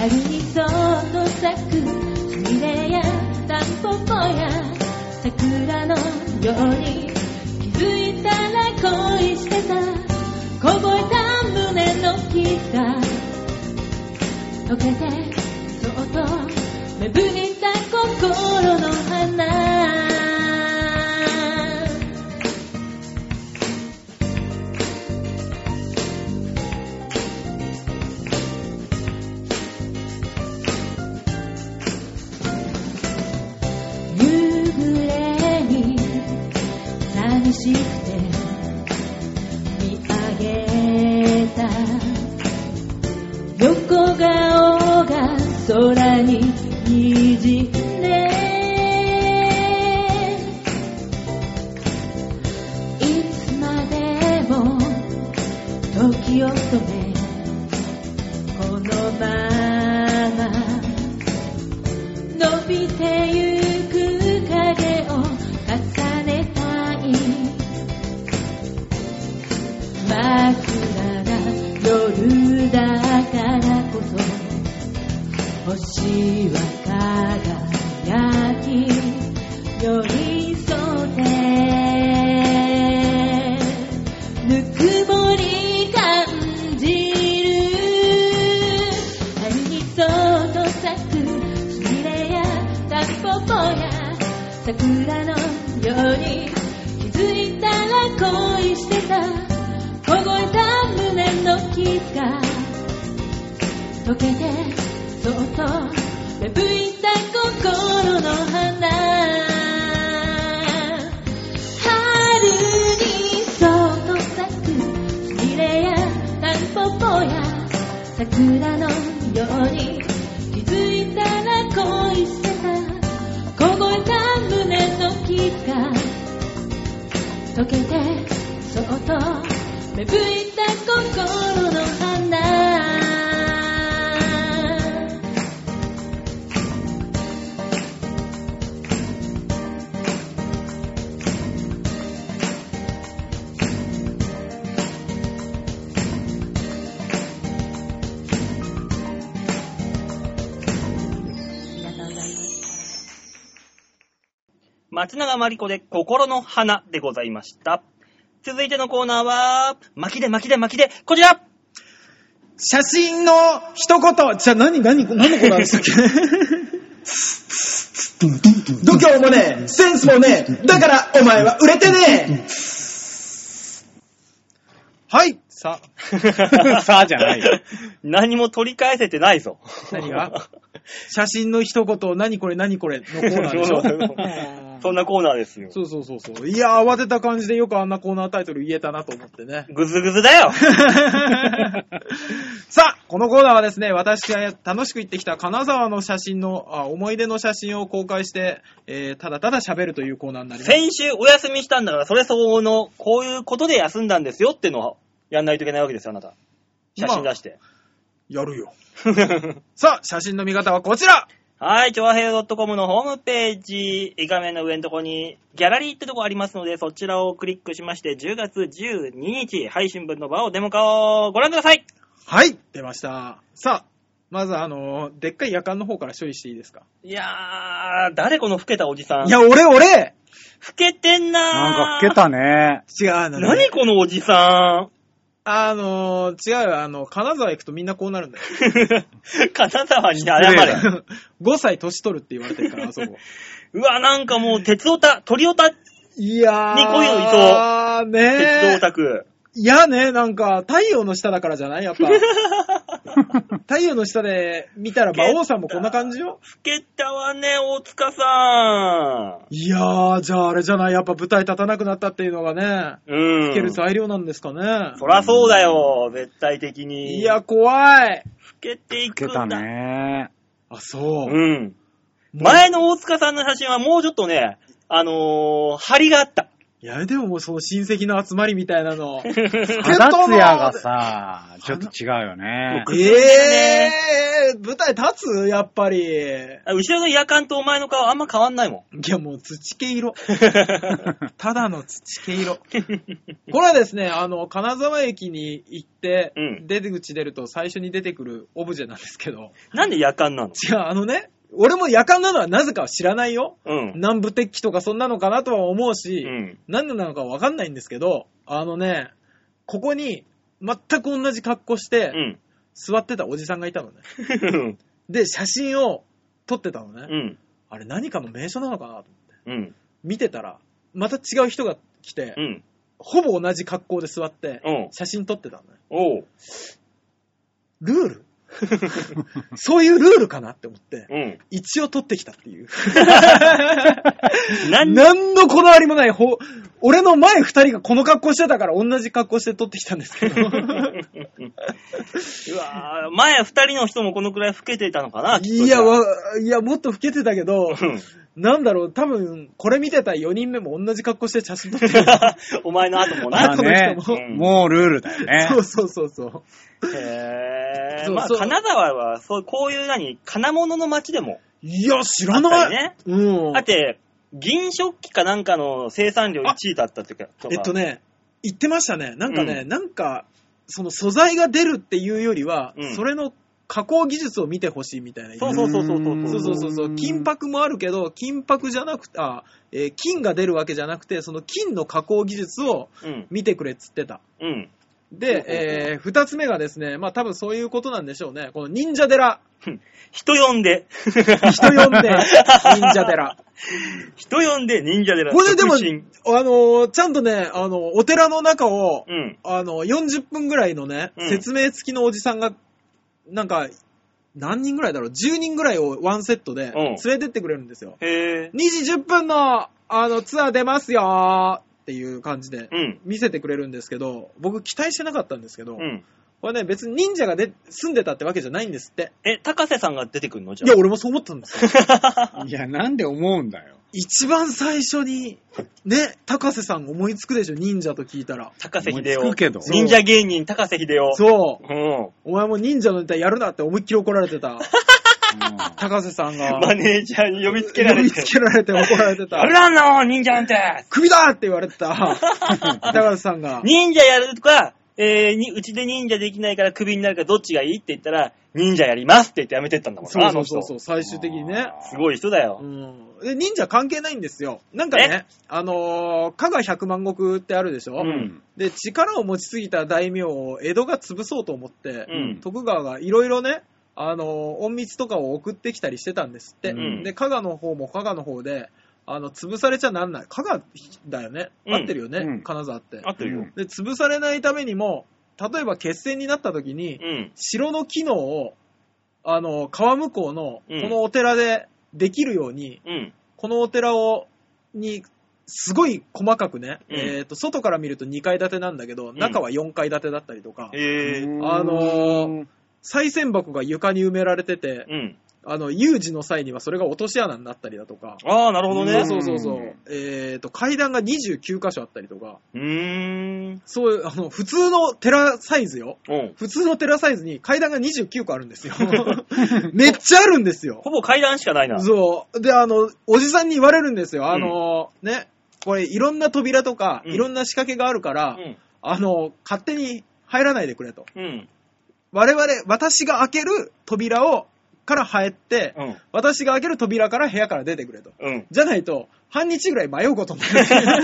春にそっと咲くスミレやタンポポや桜のように気づいたら恋してたこぼれた胸の膝溶けてそっと芽吹いた心の花夕暮れに寂しくて見上げた横顔が空に滲んでいつまでも時を止めこのまま伸びてゆく影を重ねたい枕が夜だからこそ星は輝き寄り添ってぬくもり感じる春にそっと咲くスミレやタンポポや桜のように気づいたら恋してた凍えた胸の傷が溶けてそっと芽吹いた心の花春にそっと咲くスミレやタンポポや桜のように気づいたら恋してた凍えた胸の傷が溶けてそっと芽吹いた心の花ありがとうございます。松永まりこで心の花でございました。続いてのコーナーは、巻きで巻きで巻きで、こちら写真の一言。じゃあ何、何、何のコーナーでしたっけ度胸もねえ、センスもねえ、だからお前は売れてねはい。さあ、さあじゃないよ。 *laughs* 何も取り返せてないぞ。何 *laughs* が写真の一言、何これ、何これのコーナーでしょ *laughs* そんなコーナーですよ。そうそうそうそう。いや、慌てた感じでよくあんなコーナータイトル言えたなと思ってね。 *laughs* ぐずぐずだよ。さあ、このコーナーはですね、私が楽しく行ってきた金沢の写真の、あ思い出の写真を公開して、えーただただ喋るというコーナーになります。先週お休みしたんだから、それ相応の、こういうことで休んだんですよってのをやんないといけないわけですよ、あなた。写真出して。やるよ。さあ、写真の見方はこちらはい、調和平 .com のホームページ、画面の上のとこにギャラリーってとこありますので、そちらをクリックしまして、10月12日、配信分の場をデモ化をご覧ください。はい、出ました。さあ、まずあのーでっかい夜間の方から処理していいですかいやー、誰この老けたおじさん。いや、俺、俺老けてんなー。なんか老けたね。違うの、何このおじさん。 *laughs* あのー違うよ、あの、金沢行くとみんなこうなるんだよ。金沢に謝れ。 *laughs* 5歳年取るって言われてるから、あそこ。うわ、なんかもう、鉄オタ、鳥オタいやー。に *laughs* こういうのいあー鉄道オねえ。タク。いやね、なんか、太陽の下だからじゃないやっぱ。 *laughs* 太陽の下で見たら馬王さんもこんな感じよ。つけたわね、大塚さん。いやー、じゃああれじゃないやっぱ舞台立たなくなったっていうのがね、うん。いける材料なんですかね。そらそうだよ、絶対的に。いや、、怖い。老けていく受んけだ。たね。あ、そうう。ん。もう前の大塚さんの写真はもうちょっとね、あのー、張りがあった。いや、でももうその親戚の集まりみたい *laughs* なの。肌ツヤがさ、ちょっと違うよね。僕ええー、舞台立つやっぱり。いあ後ろの夜間とお前の顔あんま変わんないもん。や、もう土 *laughs* 系色。ただの土系色。これはですね、あの、金沢駅に行って、うん出て口出ると最初に出てくるオブジェなんですけど。なんで夜間なの違う、あのね、俺も夜間なのはなぜかは知らないよ。うん。南部鉄器とかそんなのかなとは思ううし、ん。何なのかわかんないんですけど、あのね、ここに全く同じ格好して、うん。座ってたおじさんがいたのね。うん。で、写真を撮ってたのね。うん。あれ何かの名所なのかなと思ってうん。見てたら、また違う人が来て、うん。ほぼ同じ格好で座ってうん、写真撮ってたのね。おう。ルールそういうルールかなって思って、うん。一応撮ってきたっていう。なん *laughs* 何のこだわりもない、ほ、俺の前二人がこの格好してたから同じ格好して撮ってきたんですけ *laughs* ど。うわー前二人の人もこのくらい老けていたのかなきっといや、わ、いや、もっと老けてたけど、うん *laughs* なんだろう、多分、これ見てた4人目も同じ格好して写真撮ってる。お前の後もまな。あ後ねの人もうんもうルールだよね。そうそうそうそう。へそー。うまあ、そう金沢は、そう、こういう何、金物の街でも。いや、知らあなったりい、ねうんだっ。て、銀食器かなんかの生産量1位だったってか。とかえっと。ね、言ってましたね。なんかね、うなんか、その素材が出るっていうよりは、うんそれの加工技術を見てほしいみたいな。そうそうそうそうそう。そうそうそうそう金箔もあるけど、金箔じゃなくて、あ、えー金が出るわけじゃなくて、その金の加工技術をうん。見てくれっつってた。うん。で、えー二つ目がですね、まあ多分そういうことなんでしょうね。この忍者寺。人呼んで。人呼 *laughs* んで、忍者寺。人呼んで忍者でらこれでも、あ特進のー、ちゃんとね、あの、お寺の中を、うん。あの、40分ぐらいのね、うん説明付きのおじさんが、なんか、何人ぐらいだろう ?10 人ぐらいをワンセットでん連れてってくれるんですよ。へえ。 2時10分の、あの、ツアー出ますよーっていう感じでうん。見せてくれるんですけど、僕期待してなかったんですけど、うん。これね、別に忍者がで住んでたってわけじゃないんですって。え、高瀬さんが出てくるのじいゃや、あ。俺もそう思ったんですよ。 *laughs* いや、なんで思うんだよ。一番最初に、ね、高瀬さん思いつくでしょ、忍者と聞いたら。 *laughs* 高瀬秀思い夫つくけど。忍者芸人高瀬秀夫。そうう。ん。お前も忍者のネタやるなって思いっきり怒られてた。うん高瀬さ *laughs* んが。マネージャーに呼びつけられ呼びてつ。けられて怒られてやたる。なの忍者なんて首だって言われ *laughs* てた。高瀬さんが。忍者やるとか、えーに、うちで忍者できないからクビになるからどっちがいいって言ったら、忍者やりますって言ってやめてったんだもんそな、うそうそうそう、あ最終的にね。の人。すごい人だよう。ん。で、忍者関係ないんですよ。なんかね、あのー、加賀百万石ってあるでしょ、うん。で、力を持ちすぎた大名を江戸が潰そうと思って、うん徳川がいろいろね、あのー、隠密とかを送ってきたりしてたんですって。うんで、加賀の方も加賀の方で、あの、潰されちゃなんない。加賀だよね。うん合ってるよね、うん金沢って。合ってるよ。で、潰されないためにも、例えば決戦になった時に、うん。城の機能を、あの、川向こうの、こうんのお寺でできるように、うん。このお寺を、に、すごい細かくね、うんえっ、と、外から見ると2階建てなんだけど、ん中は4階建てだったりとか、えー。うんあの賽銭箱が床に埋められてて、うん。あの、有事の際にはそれが落とし穴になったりだとか、ああ、なるほどね。そうそうそううん。えっ、と、階段が29箇所あったりとか、うーん。そういう、あの、普通の寺サイズよ。うん。普通の寺サイズに階段が29個あるん *laughs* ですよ。めっちゃあるんですよほ。ぼ階段しかないな。そう。で、あの、おじさんに言われるんですよ。あの、ね、これいろんな扉とか、うんいろんな仕掛けがあるから、うん。あの、勝手に入らないでくれと。うん。我々、私が開ける扉を、から入って、うん。私が開ける扉から部屋から出てくれと。うん。じゃないと、半日ぐらい迷うことに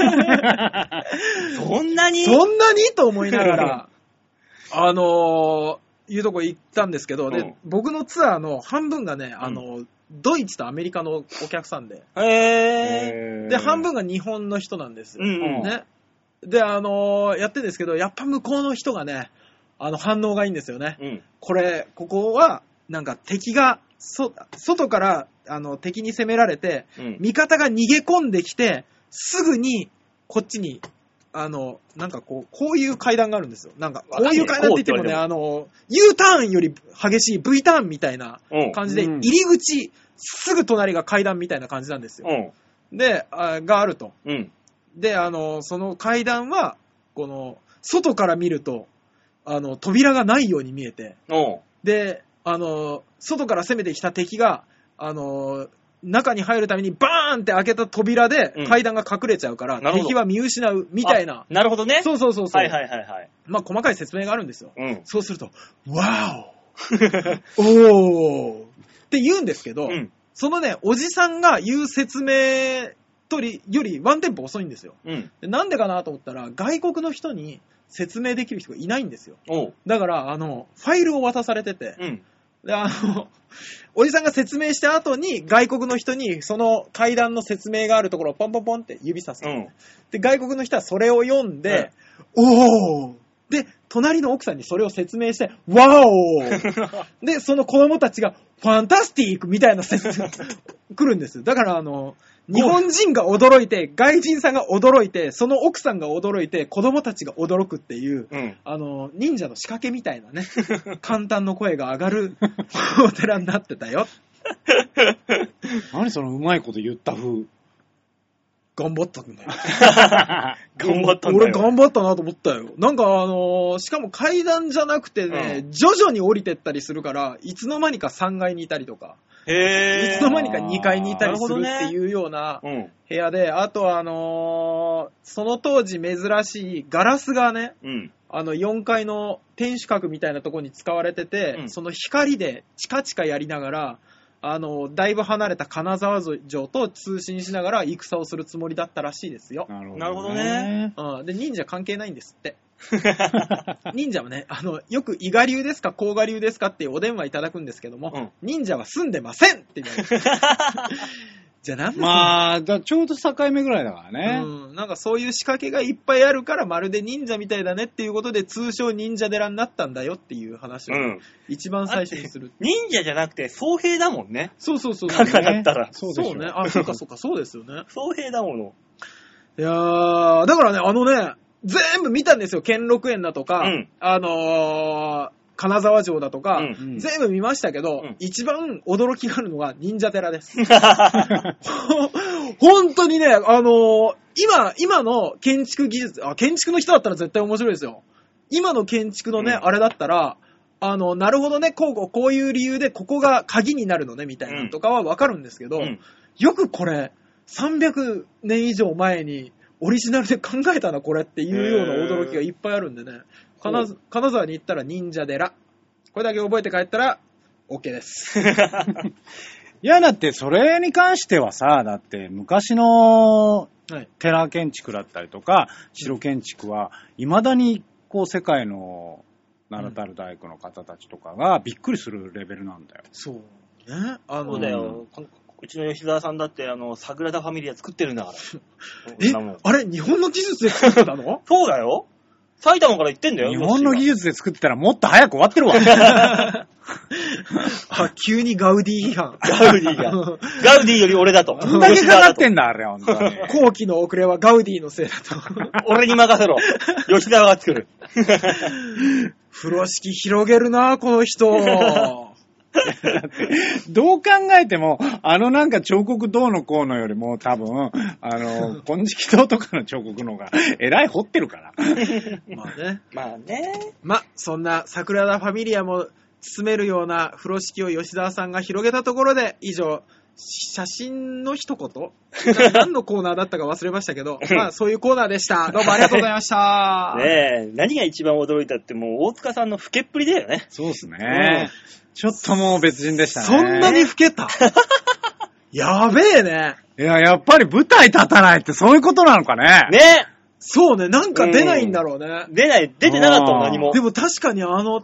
なる。そんなにそんなにと思いながら、 *laughs* あのーいうとこ行ったんですけど、で、うん僕のツアーの半分がね、あのードイツとアメリカのお客さんで。へえ。で、半分が日本の人なんです。うんうん。ね。で、あのーやってんですけど、やっぱ向こうの人がね、あの、反応がいいんですよね。うん。これ、ここは、なんか敵が、そ、外から、あの、敵に攻められて、うん。味方が逃げ込んできて、すぐに、こっちに、あの、なんかこう、こういう階段があるんですよ。なんか、こういう階段って言ってもね、こあの、U ターンより激しい V ターンみたいなうん。感じで、うん入り口、すぐ隣が階段みたいな感じなんですよ。うん。で、あがあると。うん。で、あの、その階段は、この、外から見ると、あの、扉がないように見えて、おうで、あの、外から攻めてきた敵が、あの、中に入るためにバーンって開けた扉でうん階段が隠れちゃうから、なるほど敵は見失うみたいなあ。なるほどね。そうそうそうそう。はいはいはいはい。まあ、細かい説明があるんですよ。うん。そうすると、わおおーって言うんですけど、 *laughs* うん。そのね、おじさんが言う説明とりよりワンテンポ遅いんですよ。うん。でなんでかなと思ったら、外国の人に説明できる人がいないんですよ。おう。だから、あの、ファイルを渡されてて、うん。で、あの、おじさんが説明した後に、外国の人に、その階段の説明があるところをポンポンポンって指さ *laughs* す。うん。で、外国の人はそれを読んで、おーで、隣の奥さんにそれを説明して、ワオ *laughs* ーで、その子供たちが、ファンタスティックみたい *laughs* な説明来るんですよ。だから、あの、日本人が驚いて、外人さんが驚いて、その奥さんが驚いて、子供たちが驚くっていう、 *laughs* うん。あの、忍者の仕掛けみたいな *laughs* ね、簡単の声が上がるお寺になってたよ。何そのうまいこと言った風。頑張ったんだよ。頑張ったんだよ。俺頑張ったなと思ったよ。なんかあのーしかも階段じゃなくてね、徐々に降りてったりするから、いつの間にか3階にいたりとか、へいえ。つの間にか2階にいたりするっていうようなうん。部屋で、あとはあのーその当時珍しいガラスがね、うん。あの4階の天守閣みたいなとこに使われてて、うんその光でチカチカやりながら、あの、だいぶ離れた金沢城と通信しながら戦をするつもりだったらしいですよ。なるなるほどね。うん、で、忍者関係ないんで *laughs* すって。忍者はね、あの、よく伊賀流ですか、甲賀流ですかっていうお電話いただくんですけども、うん忍者は住んでませんって言わ *laughs* れて。じゃあなんでまあ、だちょうど境目ぐらいだからね。うん、なんかそういう仕掛けがいっぱいあるからまるで忍者みたいだねっていうことで通称忍者寺になったんだよっていう話をうん。一番最初にする。忍者じゃなくて、僧兵だもんね。 *laughs* そうそうそうそバう。カだったら。そうでしそょうね。あ、そうかそうか、そうですよね。僧兵だも *laughs* の。いやー、だからね、あのね、全部見たんですよ。兼六園だとか、うんあのー、金沢城だとか、うんうん全部見ましたけど、うん一番驚きがあるのが忍者寺です。 *laughs* 本当にね、あのー今、今の建築技術、あ、建築の人だったら絶対面白いですよ。今の建築のね、うんあれだったら、あの、なるほどね、こうこう、こういう理由でここが鍵になるのね、みたいなのとかはわかるんですけど、うん。よくこれ、300年以上前にオリジナルで考えたな、これっていうような驚きがいっぱいあるんでね。金沢金沢に行ったら忍者寺。これだけ覚えて帰ったら、OK です。いや、だって、それに関してはさ、だって、昔のはい。寺建築だったりとか、城建築は、未だに、こう、世界の名だたる大工の方たちとかが、びっくりするレベルなんだよ。そう。ね。あそのうだよ。こうちの吉沢さんだって、あの、サグラダ・ファミリア作ってるんだから。そえんなもん、あれ、日本の技術で作ってたのそうだよ。埼玉から行ってんだよ。日本の技術。術で作ってたら、もっと早く終わってる *laughs* わ。 *laughs* あ、急にガウディ批判。ガウディが。ガウディより俺だと。どんだけかかってんだ、あれ、ほん *laughs* とに。 *laughs* 後期の遅れはガウディのせいだと。俺に任せろ。吉沢が作る。 *laughs* 風呂敷広げるな、この *laughs* 人。どう考えても、あのなんか彫刻どうのこうのよりも多分、あの、金色塔とかの彫刻の方が、えらい掘ってるから。まあね。まあね。ま、そんな桜田ファミリアも包めるような風呂敷を吉沢さんが広げたところで、以上、写真の一 *laughs* 言な何のコーナーだったか忘れました *laughs* けど、まあそういうコーナーでした。どうもありがとうございま *laughs* した。ねえ、何が一番驚いたってもう大塚さんの老けっぷりだよね。そうですね。ちょっともう別人でしたね。そんなに老け *laughs* たやべえね。いや、やっぱり舞台立たないってそういうことなのかね。 *laughs* ねそうね、なんか出ないんだろうえ。ね出ない、出てなかったもん、あー何もで。も確かにあの、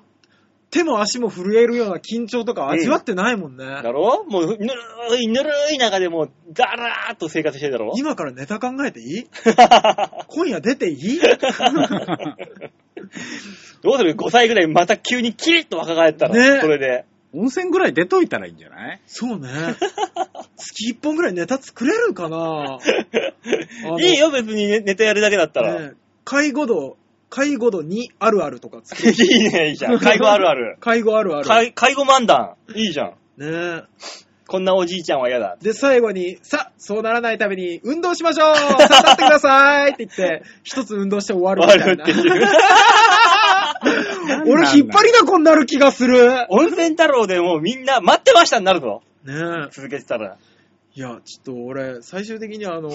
手も足も震えるような緊張とか味わってないもんね。だろもう、ぬるい、ぬるい中でもう、だらーっと生活してるだろ今からネタ考え *laughs* ていい今夜出ていいどうする ?5 歳ぐらいまた急にキリッと若返ったら、ねそれで。温泉ぐらい出といたらいいんじゃないそうね。月1本ぐらいネタ作れるかなの *laughs* いいよ、別にねネタやるだけだったら。ね介護度、介護度2あるあるとか作いいね、いいじゃ *laughs* ん。介護あるあるる。。介護あるある。介介護漫談。いいじゃん。ねこんなおじいちゃんは嫌だ。で、最後に、さ、そうならないために、運動しましょうさ立ってくださいって言って、一つ運動して終わるみたい悪なって。いう。 *laughs* 俺引っ張りだこになる気がする。ね温泉太郎でもうみんな待ってましたになるぞ。え。続けてたら。いや、ちょっと俺、最終的にあの、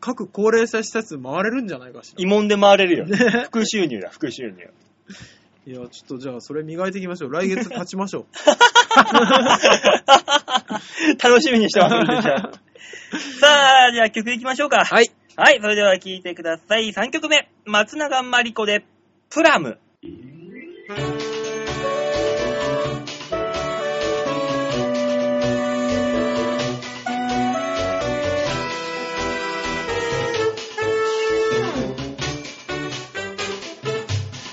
各高齢者施設回れるんじゃないかし慰問で回れるよ。ら。ね副収入だ、副収入。いや、ちょっとじゃあ、それ磨いていきましょう。来月立ちましょう。 *laughs* 楽しみにしてますんで、じゃ *laughs* あ。さあ、じゃあ曲いきましょうか。はい。はい。それでは聴いてください。3曲目、松永まりこで、プラム。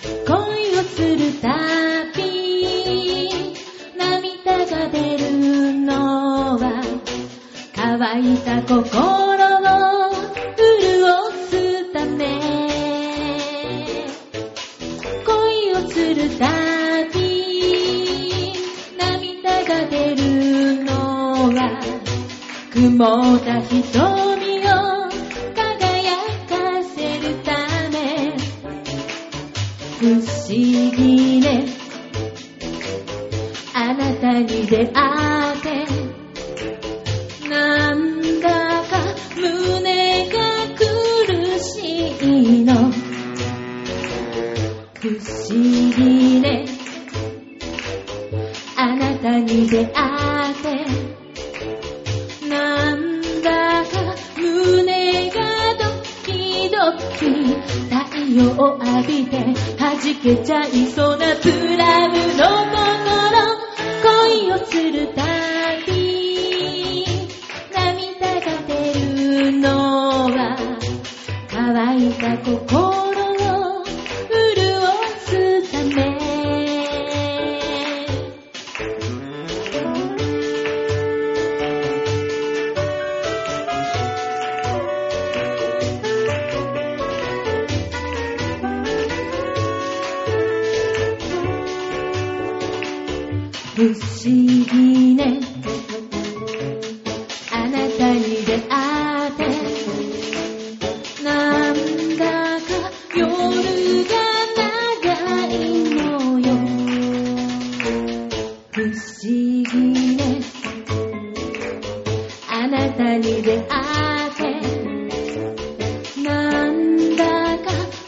恋をするたび涙が出るのは乾いた心を潤すため恋をするたび涙が出るのは曇った瞳を輝かせるため不思議ねあなたに出会ってなんだか胸が苦しいの不思議ねあなたに出会ってなんだか胸がドキドキ太陽を浴びて弾けちゃいそうなプラムの心恋をするたび涙が出るのは乾いた心を潤すため不思議ねあなたに出会ってなんだか夜が長いのよ不思議ねあなたに出会ってなんだか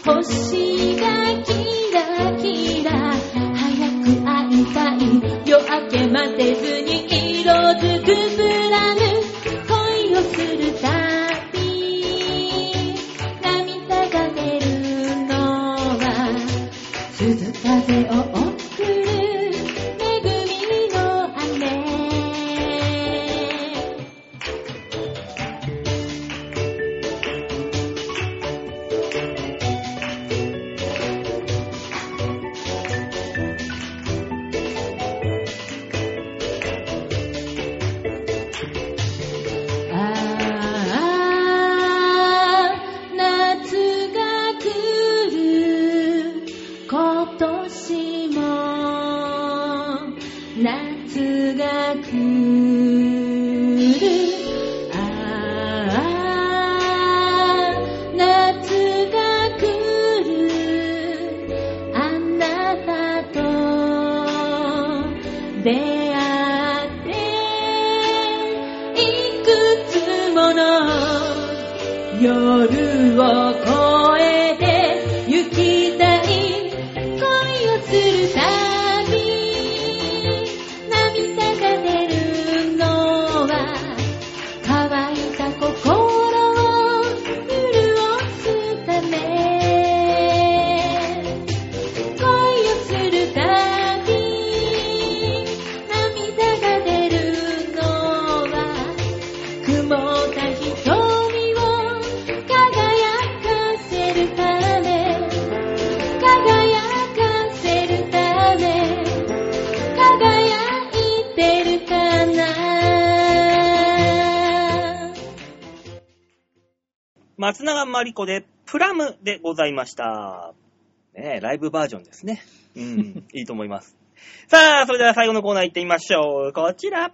星がキラキラ早く会いたい夜明け待てずに色づくプラム恋をするたび涙が出るのは鈴風を送る恵みの雨ああ夏が来る今年も夏が来るああ夏が来るあなたと出会っていくつもの夜を越えて行きたい恋をするたび涙が出るのは乾いた心を潤すため恋をするたび松永まりこで、プラムでございました。ねえライブバージョンですね。うん、いいと思います。 *laughs* さあ、それでは最後のコーナー行ってみましょう。こちら。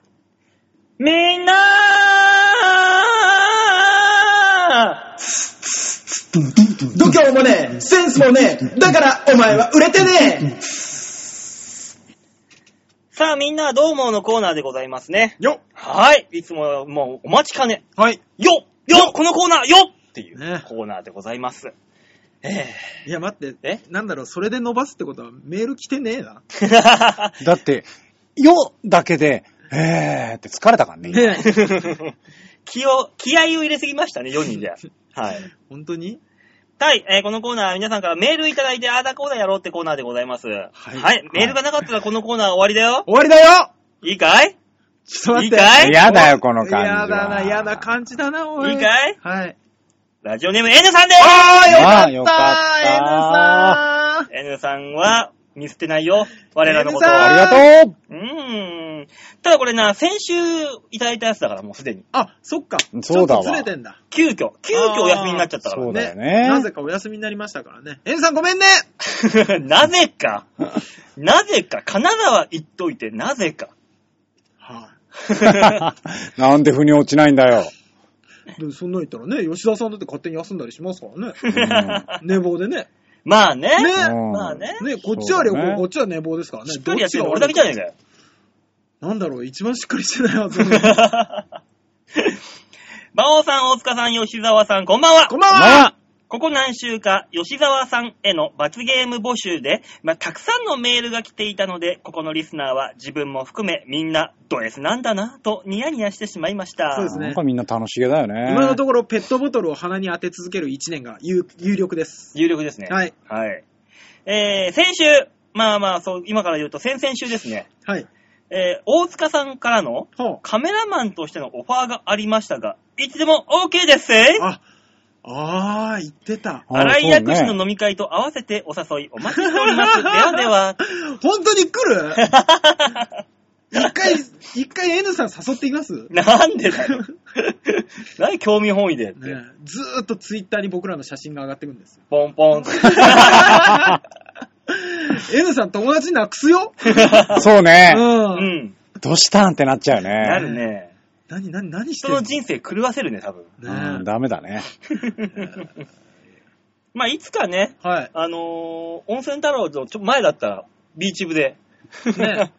みんな度胸もねえ、センスもねえ、だからお前は売れてねさあ、みんなはどう思うのコーナーでございますね。よはい。いつももうお待ちかね。はい。よよこのコーナーよっていうねコーナーでございます。え *laughs* いや、待って。えなんだろう、それで伸ばすってことはメール来てねえな。えだって、よだけで、えーって疲れたからね。今ねえ。気を、気合を入れすぎましたね、4人で。はい。本当にはい、えーこのコーナーは皆さんからメールいただいて、あーだこーだやろうってコーナーでございます。はい。メールがなかったらこのコーナー終わりだよ。終わりだよいいかいちょっと待って。いいかい嫌だよ、この感じは。嫌だな、嫌な感じだな、おい。いいかいはい。ラジオネーム N さんでああ、ーよかっす !N さんは見捨てないよ。我らのことた。は。 N さんありがとうーん。ただこれな、先週いただいたやつだからもうすでに。あ、そっか。そうだわちょっとずれてんだ。急遽、急遽お休みになっちゃったかそらう。だよねなぜかお休みになりましたからね。エンさんごめんね *laughs* なぜか、なぜか、金沢行っといて、なぜか。はう。 *laughs* なんで腑に落ちないんだよ。い。でそんなん言ったらね、吉田さんだって勝手に休んだりしま *laughs* すからね。う寝坊でね。まあね。ねうんまあね。ね、こっちは旅そうだ行、ねこっちは寝坊ですからね。しっかりやってるのど俺ちがだ悪けいじゃねえかよ。なんだろう、一番しっかりしてない *laughs* はず。馬王さん、大塚さん、吉沢さん、こんばんは。こんばんはまあ、ここ何週か、吉沢さんへの罰ゲーム募集で、まあ、たくさんのメールが来ていたので、ここのリスナーは自分も含めみんなド S なんだな、とニヤニヤしてしまいました。そうですねなんかみんな楽しげだよね。今のところ、ペットボトルを鼻に当て続ける1年が有有力です。有力ですね。はい。はい。えー、先週、まあまあ、そう、今から言うと先々週ですね。はい。えー、大塚さんからのはカメラマンとしてのオファーがありましたが、いつでも OK ですあ。あ、あー、言ってた。あ新井そうね薬師の飲み会と合わせてお誘いお待ちしており *laughs* ます。ではでは。本当に来 *laughs* る一回、一回 N さん誘っていますなんでだよ。何興味本位でって。ねえ、ずーっとツイッターに僕らの写真が上がってくんですよ。 *laughs* ポンポン。 N さん友達なくすよ、そうね。ううん。ん。どうしたんってなっちゃうなね。るね。何、何、何し人てんのの人生狂わせるね、多 *laughs* 分。うん、ねダメだね。まあ、いつかね、えはい。あのー温泉太郎のちょ前だったら、ビーチ部で。 *laughs* ね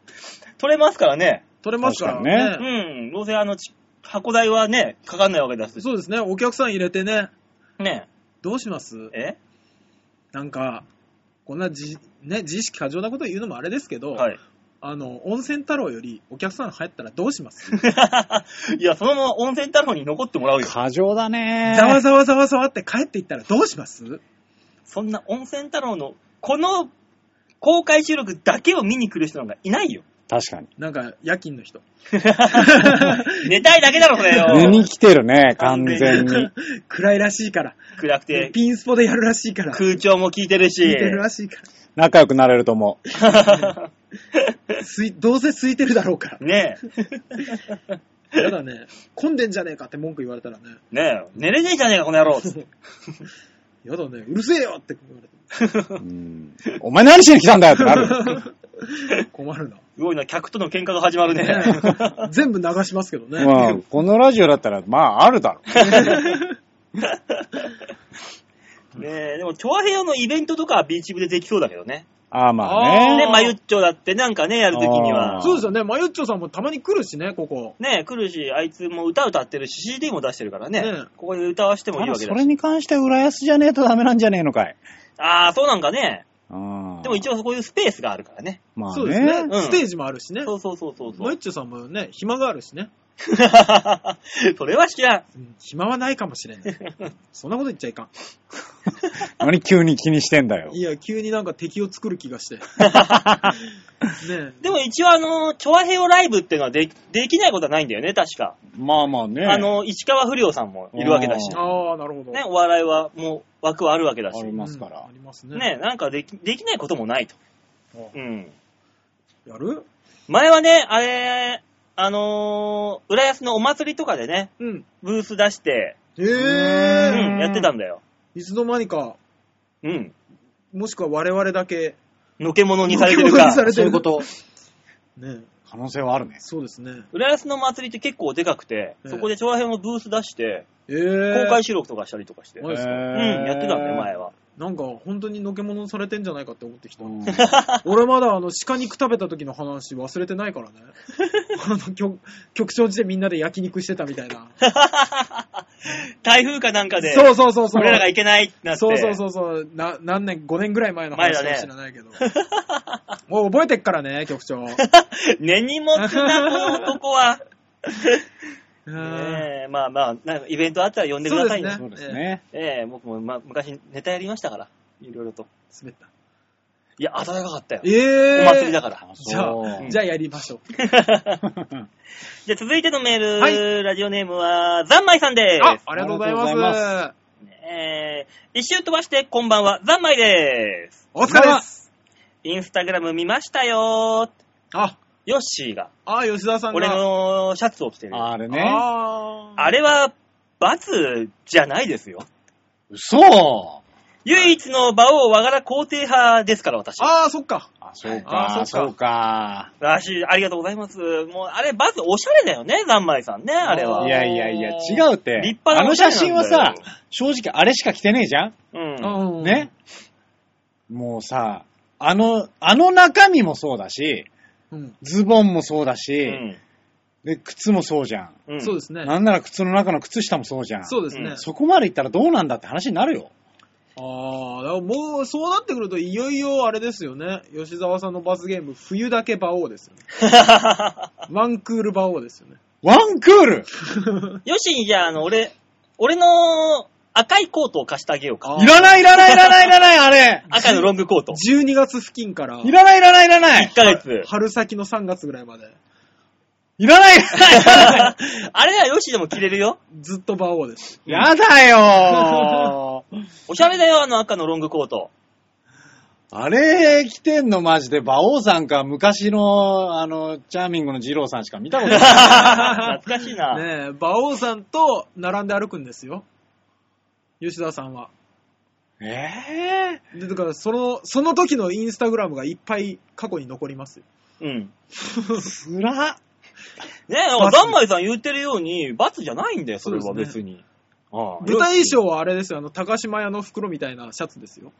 撮れますからね。取れますから確うねん。どうせあの、ち箱代はね、かかんないわけだし。そうですね、お客さん入れてね、ねどうしますえなんか、こんなじ、ね、自意識過剰なこと言うのもあれですけど、はい。 *laughs* あの、温泉太郎よりお客さん入ったらどうしますいや、そのまま温泉太郎に残ってもらうよ。過剰だね。ざわざわざわざわって帰っていったらどうしますそんな温泉太郎の、この公開収録だけを見に来る人なんかい *laughs* ないよ。 *laughs* 確かに。なんか、夜勤の人。寝たいだけだろ、それ寝によ。来てるね、完全に。 *laughs* 暗いらしいから。暗くて、ピンスポでやるらしいから。聞い。空調も効いてるしてるらしいか仲良くなれると思う。ら。すいどうせ空いてるだろうか *laughs* ねえ。ら。やだね。混んでんじゃねえかって文句言われたらね。ねえ、寝れねえじゃねえか、この野郎。つってやだね。うるせえよって言われうんお前何しに来たんだよってなる。て。困るな。すごいな、客との喧嘩が始まるね。全部流しますけどね。まあ、このラジオだったら、まあ、あるだろう。 *laughs* ねえ、でも、チョアヘヨのイベントとかはビーチ部でできそうだけどね。ああ、まあーあね、ね。マユッチョだってなんかね、やるときにあはー。そうですよね。マユッチョさんもたまに来るしね、ここ。ねえ、来るし、あいつも歌歌ってるし、CD も出してるからね。ねえここで歌わしてもいいただわけそだれし。に関しては浦安じゃねえとダメなんじゃねえのかい。ああ、そうなんかね。ああでも一応そういうスペースがあるからね。まあそうですねね。。うんステージもあるしね。そうそうそうそうそマユうッ。チョさんもね、暇があるしね。 *laughs* それは知らん。うん暇はないかもしれない。そんなこと言っちゃいかん。何急に気にしてんだよい。や、急になんか敵を作る気がして。ねえ。でも一応あの、チョアヘヨライブっていうのはでできないことはないんだよね、確か。まあまあね。あの、市川不良さんもいるわけだし。あああ、なるほど。ね、お笑いはもう枠はあるわけだあし。りね、ますかうんらあ。りますね。なんかできできないこともないと。ううん。んやる前はね、あれ、あのー浦安のお祭りとかでね、うん。ブース出して、へうえ。ん、やってたんだよ。いつの間にか、うん。もしくは我々だけ、のけものにされてるのけ者にさかれ。そういうこと。ね、可能性はあるね。そうですね。浦安の祭りって結構でかくて、ええそこで長編をブース出して、え公ー、開収録とかしたりとかして。マジっすかうん、やってたんだよ、前は。は。なんか本当にのけものされてんじゃないかって思ってきた。うん俺まだあの鹿肉食べた時の話忘れてな *laughs* いからね。あの局局長んちでみんなで焼肉してたみたいな。台風かなんかで、そうそうそうそう。俺らが行けないってなって。そうそうそうそう。な、何年、5年ぐらい前の前だ話かねもしれないけ *laughs* ど。もう覚えてっからね、局長。ね根に持つな、この男 *laughs* は。えねえ、まあまあ、なんかイベントあったら呼んでくださいね。そうですね。ええ僕も、まあ、昔ネタやりましたから、いろいろと。滑った。いや、暖かかったよ。ええおー。祭りだから。じゃそあ、うじゃあやりましょう。じゃあ続いてのメール、はいラジオネームは、ざんまいさんであ、す。ありがとうございますありがとうござ。えー、一周飛ばして、こんばんは、ざんまいです。お疲れです。インスタグラム見ましたよあ、ヨッシーが、あ、吉田さんが。俺のシャツを着てる。ああれね。あーれは、罰じゃないですよ。嘘唯一の馬王和柄肯定派ですから、私。あー、そっか。あ、そうあか、そそううか。らしい、ありがとうございます。もう、あれ、バズおしゃれだよね、ざんまいさんね、あれあーは。いやいやいや、違うって。立派なあの写真はおさしゃれなんだ、正直あれしか着てねえじゃんうん。うんね。もうさ、あの、あの中身もそうだし、うん。ズボンもそうだし、うんで、靴もそうじゃん。うんそうですね。なんなら靴の中の靴下もそうじゃん。そうですね。うんそこまでいったらどうなんだって話になるよ。ああ、だからもうそうなってくると、いよいよあれですよね。吉沢さんの罰ゲーム、冬だけ馬王ですよね。ワンクール馬王ですよね。ワンクールよし、じゃあ、あの、俺、俺の赤いコートを貸してあげようか。あーいらないいらないいらないいらないあ *laughs* れ赤のロングコート。 12月付近からいらないいらないいらない1ヶ月。春先の3月ぐらいまで、いらないいらないいら *laughs* ない *laughs* あれならよしでも着れるよ。ずっと馬王です。やだよーおしゃれだよ、あの赤のロングコート。あれ着てんのマジで、馬王さんか昔の、あの、チャーミングの二郎さんしか見たこと *laughs* ない。懐かしいな。ねえ、馬王さんと並んで歩くんですよ。吉沢さんは。えでだから、その、その時のインスタグラムがいっぱい過去に残りますよ。うん。ぇ、つらっねえ、罰ざんまいさん言ってるように、罰じゃないんだよ、それはそうです別に。ああ舞台衣装はあれですよ、あの、高島屋の袋みたいなシャツですよ。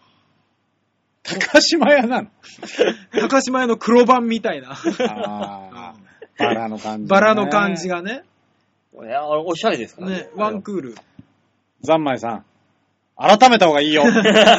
高島屋なの。高島屋の黒版みたいな。あー *laughs* バラの感じ、バラの感じ。がね。いや、おしゃれですからね、ワンクール。ざんまいさん、改めた方がい *laughs* いよ。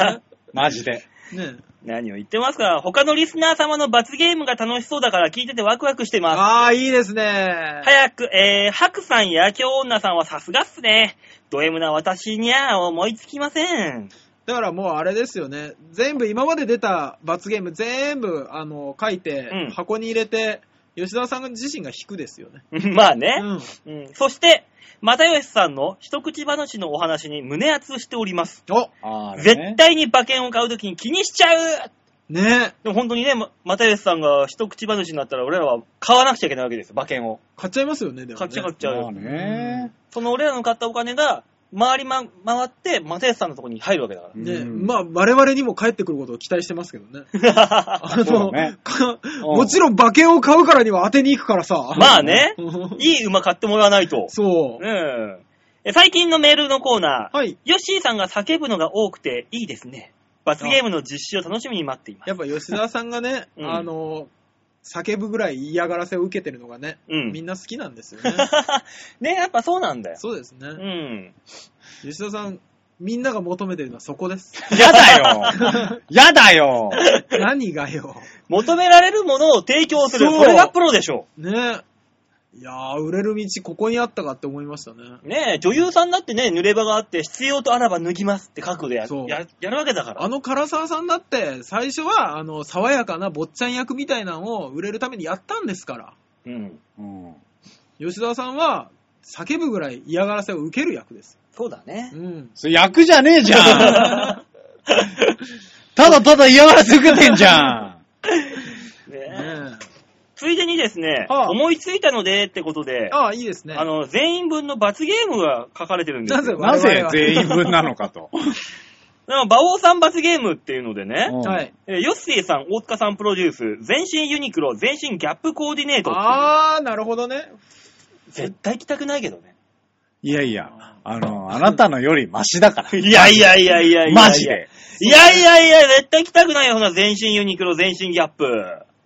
*laughs* マジで。ね。何を言ってますか他のリスナー様の罰ゲームが楽しそうだから聞いててワクワクしてます。ああ、いいですね。早く、えー、ハクさんや京女さんはさすがっすね。ド M な私にゃ思いつきません。 *laughs* だからもうあれですよね。全部、今まで出た罰ゲーム全部、あの、書いて、うん箱に入れて、吉沢さん自身が引くですよね。まあうね、ん。うんそして、又吉さんの一口話のお話に胸熱しております。おあー絶。対に馬券を買うときに気にしちゃうねでも本当にね、ま又吉さんが一口話になったら俺らは買わなくちゃいけないわけですよ、馬券を。買っちゃいますよね、でも、買ね。っちゃう買っちゃうまよあ。ね。その俺らの買ったお金が、回りま、回って、又吉さんのとこに入るわけだから。ね、うんまあ、我々にも帰ってくることを期待してますけどね。 *laughs* あその、うだねかんもちろん馬券を買うからには当てに行くからさ。、まあねうんいい馬買ってもらわないと。 *laughs* そう。うん。え最近のメールのコーナー、はい。ヨッシーさんが叫ぶのが多くていいですね。罰ゲームの実施を楽しみに待っています。、やっぱ吉沢さんがねうんあの、叫ぶぐらい嫌がらせを受けてるのがね、うんみんな好きなんですよね。 *laughs* ね、やっぱそうなんだよ。そうですうね。ん。吉田さん、みんなが求めてるのはそこ *laughs* です。やだよやだよ何がよ。求められるものを提供する。そうこれがプロでしょねいやー、売れる道ここにあったかって思いましたね。う。ねえ、女優さんだってね、濡れ場があって、必要とあらば脱ぎますって覚悟でやそうややるわけだから。あの唐沢さんだって、最初は、あの、爽やかな坊ちゃん役みたいなのを売れるためにやったんですから。うん。うん吉田さんは、叫ぶぐらい嫌がらせを受ける役です。そうだね *laughs* う。ん。それ役じゃねえじゃん *laughs* *laughs* ただただ嫌がらせ受けてんじゃんねえねついでにですね、はあ思いついたのでってことで、あああ、いいですね。の、全員分の罰ゲームが書かれてるんですよ。なぜなぜ全員分なのかと。な馬王さん罰ゲームっていうのでね、うんはい。えーヨッセイさん、大塚さんプロデュース、全身ユニクロ、全身ギャップコーディネートっていうああ、なるほどね。絶対着たくないけどね。いやい *laughs* や、あの、あなたのよりマシだから。いやいやいやいやいやいや。マジで。。いやいやいや、絶対着たくないよ、ほな、全身ユニクロ、全身ギャップ。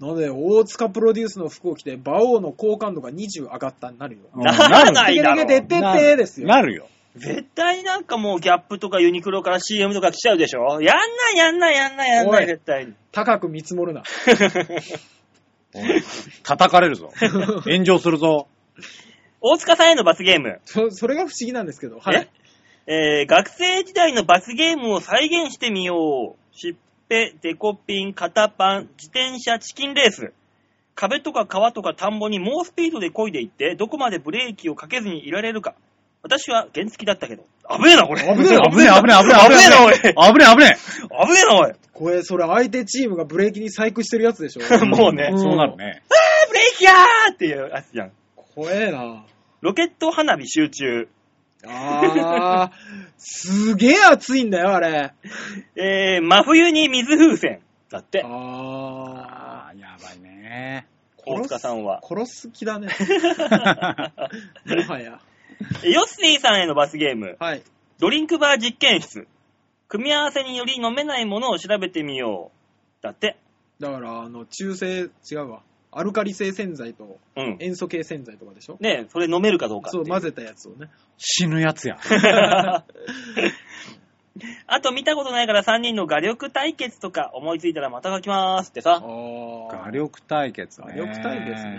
なので、大塚プロデュースの服を着て、馬王の好感度が20上がったになるよ。うんならないだてけてろけ。てってですよ。なるよ。絶対なんかもうギャップとかユニクロから CM とか来ちゃうでしょやんないやんないやんないやんなおい、い絶対に。高く見積もるな。叩か *laughs* れるぞ。炎上するぞ。大塚さんへの罰ゲーム。そそれが不思議なんですけど。はい。えー学生時代の罰ゲームを再現してみよう。しっぺ、デコピン、肩パン、自転車、チキンレース。壁とか川とか田んぼに猛スピードで漕いでいって、どこまでブレーキをかけずにいられるか。私は原付だったけど。危ねえな、これ。 *laughs* *laughs* 危ねえ、危ねえ、危ねえ、危ねえ、危ねえ、危ねえ、危ね危ねえな、おい。これ、それ相手チームがブレーキに細工してるやつでしょ。え。 *laughs* もうねんそうなるね。あーブレーキやーっていうやつじゃん。怖えな。ロケット花火集中。ああ、すげえ暑いんだよ、あれ。えー、真冬に水風船。だって。ああ、あーやばいね。大塚さんは。*laughs* *laughs* 殺す気だね。 *laughs* もはや。ヨッシーさんへの罰ゲーム。はい。ドリンクバー実験室。組み合わせにより飲めないものを調べてみよう。だって。だから、あの、中性、違うわ。アルカリ性洗剤とうん。塩素系洗剤とかでしょねえそれ飲めるかどうかってそ、いう混ぜたやつをね。死ぬや *laughs* つや。あと見たことないから3人の画力対決とか思いついたらまた書きますってさ。あ画あ。力対決ね。画力体ですね。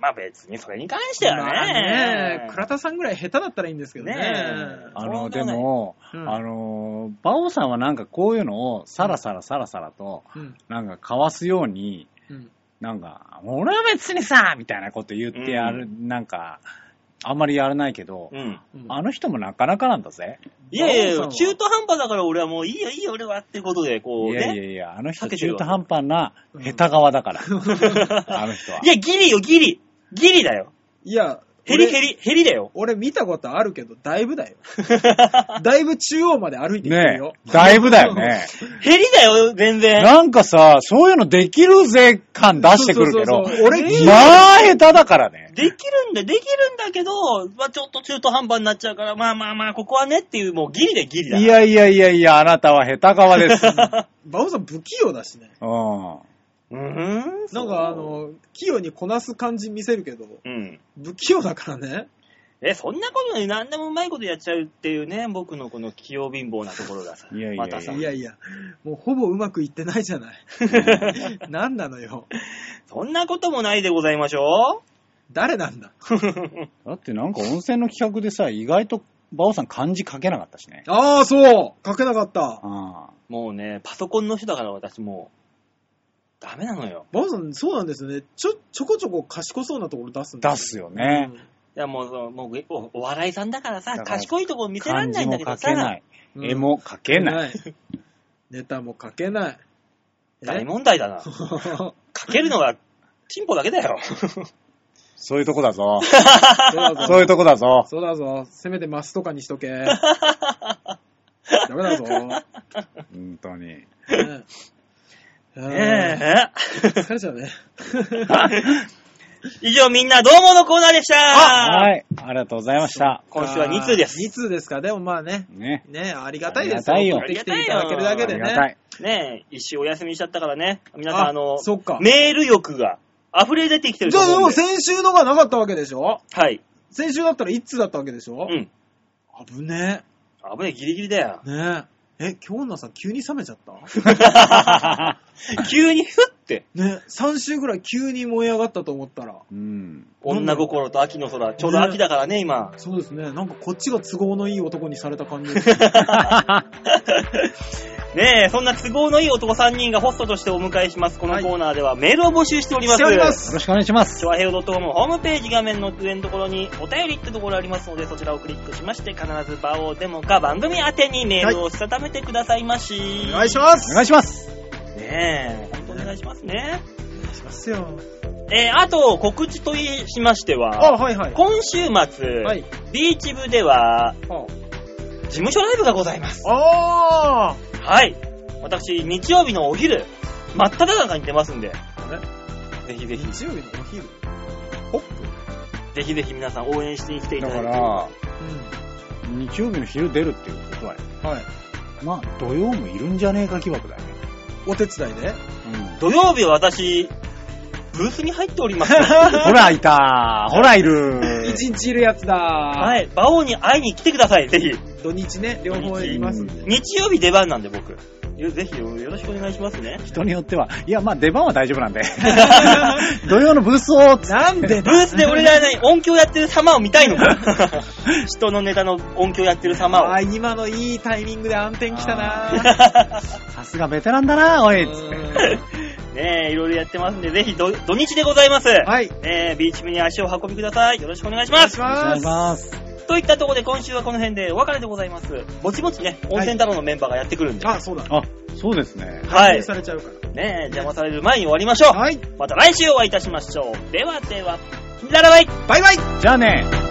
まあ別にそれに関してはね。まあね倉田さんぐらい下手だったらいいんですけどね。ねあの、でも、うんあの、バオさんはなんかこういうのをさらさらさらさらと、うん。なんかかわすように、うん。なんか、俺は別にさ、みたいなこと言ってやる、うなんか、あんまりやらないけど、うん。うんあの人もなかなかなんだぜ。いやい馬や、王さん中は途半端だから俺はもういいよいいよ俺はってことで、こいうやいね。やいや、あの人避けて中るわ途半端な下手側だ *laughs* から。あの人は。いや、ギリよ、ギリ。ギリだよ。いや、ヘリヘリ。リ、ヘリだよ。俺見たことあるけど、だい *laughs* ぶだよ。だいぶ中央まで歩いていってるねよ。え、だいぶだよ *laughs* ね。ヘリだよ、全然。なんかさ、そういうのできるぜ感出してくるそけどうそうそう、俺まあ下手だからね。できるんだ、できるんだけど、まあ、ちょっと中途半端になっちゃうから、まあまあまあ、ここはねっていう、もうギリでギリだ。い、やいやいやいや、あなたは下手側です。うん。バオさん不器用だしね。うーん。そなうんかあ、の、器用にこなす感じ見せるけど、うん。不器用だからね。え、そんなことに何でもうまいことやっちゃうっていうね、僕のこの器用貧乏なところがさ。いやいやいやまたさい。やいや、もうほぼうまくいってないじゃない。 *laughs* なんなのよ。そんなこともないでございましょ誰なんだうだってなんか温泉の企画でさ、意外と、バオさん漢字書けなかったしね。ああ、そう書けなかった。あもうね、パソコンの人だから私もう、ダメなのよ。バオさん、そうなんですよね。ちょ、ちょこちょこ賢そうなところ出すんあだ出すよね。いやもうその、もうお、お笑いさんだからさ、だから賢いとこ見せら漢んな字いんもだけど書さ、けない。うん絵も書けない。い。ネタも書けない。大問題 *laughs* だな。そう書けるのは、チンポだけだよ。そういうとこだぞ。だぞ。そういうとこだぞ。そうだぞ。せめてマスとかにしと *laughs* け。ダメだぞ。ね本当に。えええ疲れちゃうね。 *laughs* 以上みんなどうものコーナーでしたはい。ありがとうございました。今週は2通です。 2通ですか。でもまあね。ね。ねありがたいですありが送たいよってきていただけるだあけりでがたね。い。ねえ、一周お休みしちゃったからね。皆さん、あの、そっか。メール欲が溢れ出てきてるじとゃあで思うんもで。先週のがなかったわけでしょはい。先週だったら1通だったわけでしょうん。危ね危ねえ、ギリギリだよ。え。ねえ。え、京奈さん急に冷めちゃった *laughs* 急にふって、ね3週ぐらい急に燃え上がったと思ったら。うん。女心と秋の空、ちょうど秋だからね、今。 *laughs* そうですね。なんかこっちが都合のいい男にされた感じ。ねえ、そんな都合のいい男3人がホストとしてお迎えします。このコーナーではメールを募集しております。しておりますよろしくお願いします。ショアヘオ .com ホームページ画面の上のところにお便りってところありますのでそちらをクリックしまして必ず場をデモか番組宛てにメールをしたためてくださいまし。お願いしますお願いします。ねえ、ほんとお願いしますね。お願いしますよ。えーあと、告知といしましてあ、は、はいはい。今週末、はい。ビーチ部では、事は務所ライブがございます。ああはい。私、日曜日のお昼、真っ只中に出ますんで、ーぜひぜひ。日曜日のお昼。ホッぜプひぜひ皆さん応援してきていただだいかて。ら、日曜日の昼出るっていうことは、うん。はい。まあ、土曜もいるんじゃねえか疑惑だね。お手伝いで。うん。土曜日は私、ブースに入っております。 *laughs* ほら、いたほら、いる一日いるやつだはい。馬王に会いに来てください、ぜひ。土日ね、両方いますんで。日曜日出番なんで、僕。よぜひよろしくお願いしますね。人によっては、いや、まあ、出番は大丈夫 *laughs* なんで。土曜のブースを、つなんでブースで俺が *laughs* ね、音響やってる様を見たいのか。人のネタの音響やってる様を。あー今のいいタイミングで暗転来たなさすがベテランだな、おい、つって。ねえ、いろいろやってますんで、ぜひ土土日でございます。はい。えー、ビーチ部に足を運びください。よろ *laughs* しくお願いしお願まいしす。お願まいしす。ます。といったところで今週はこの辺でお別れでございます。ぼちぼちね、温泉太郎のメンバーがやってくるんで。はあ、そうだ。あ、そうですね。反い映。されちゃうから。ねえ、邪魔される前に終わりましょう。はい。また来週お会いいたしましょう。ではでは、ララバイバイバイじゃあね。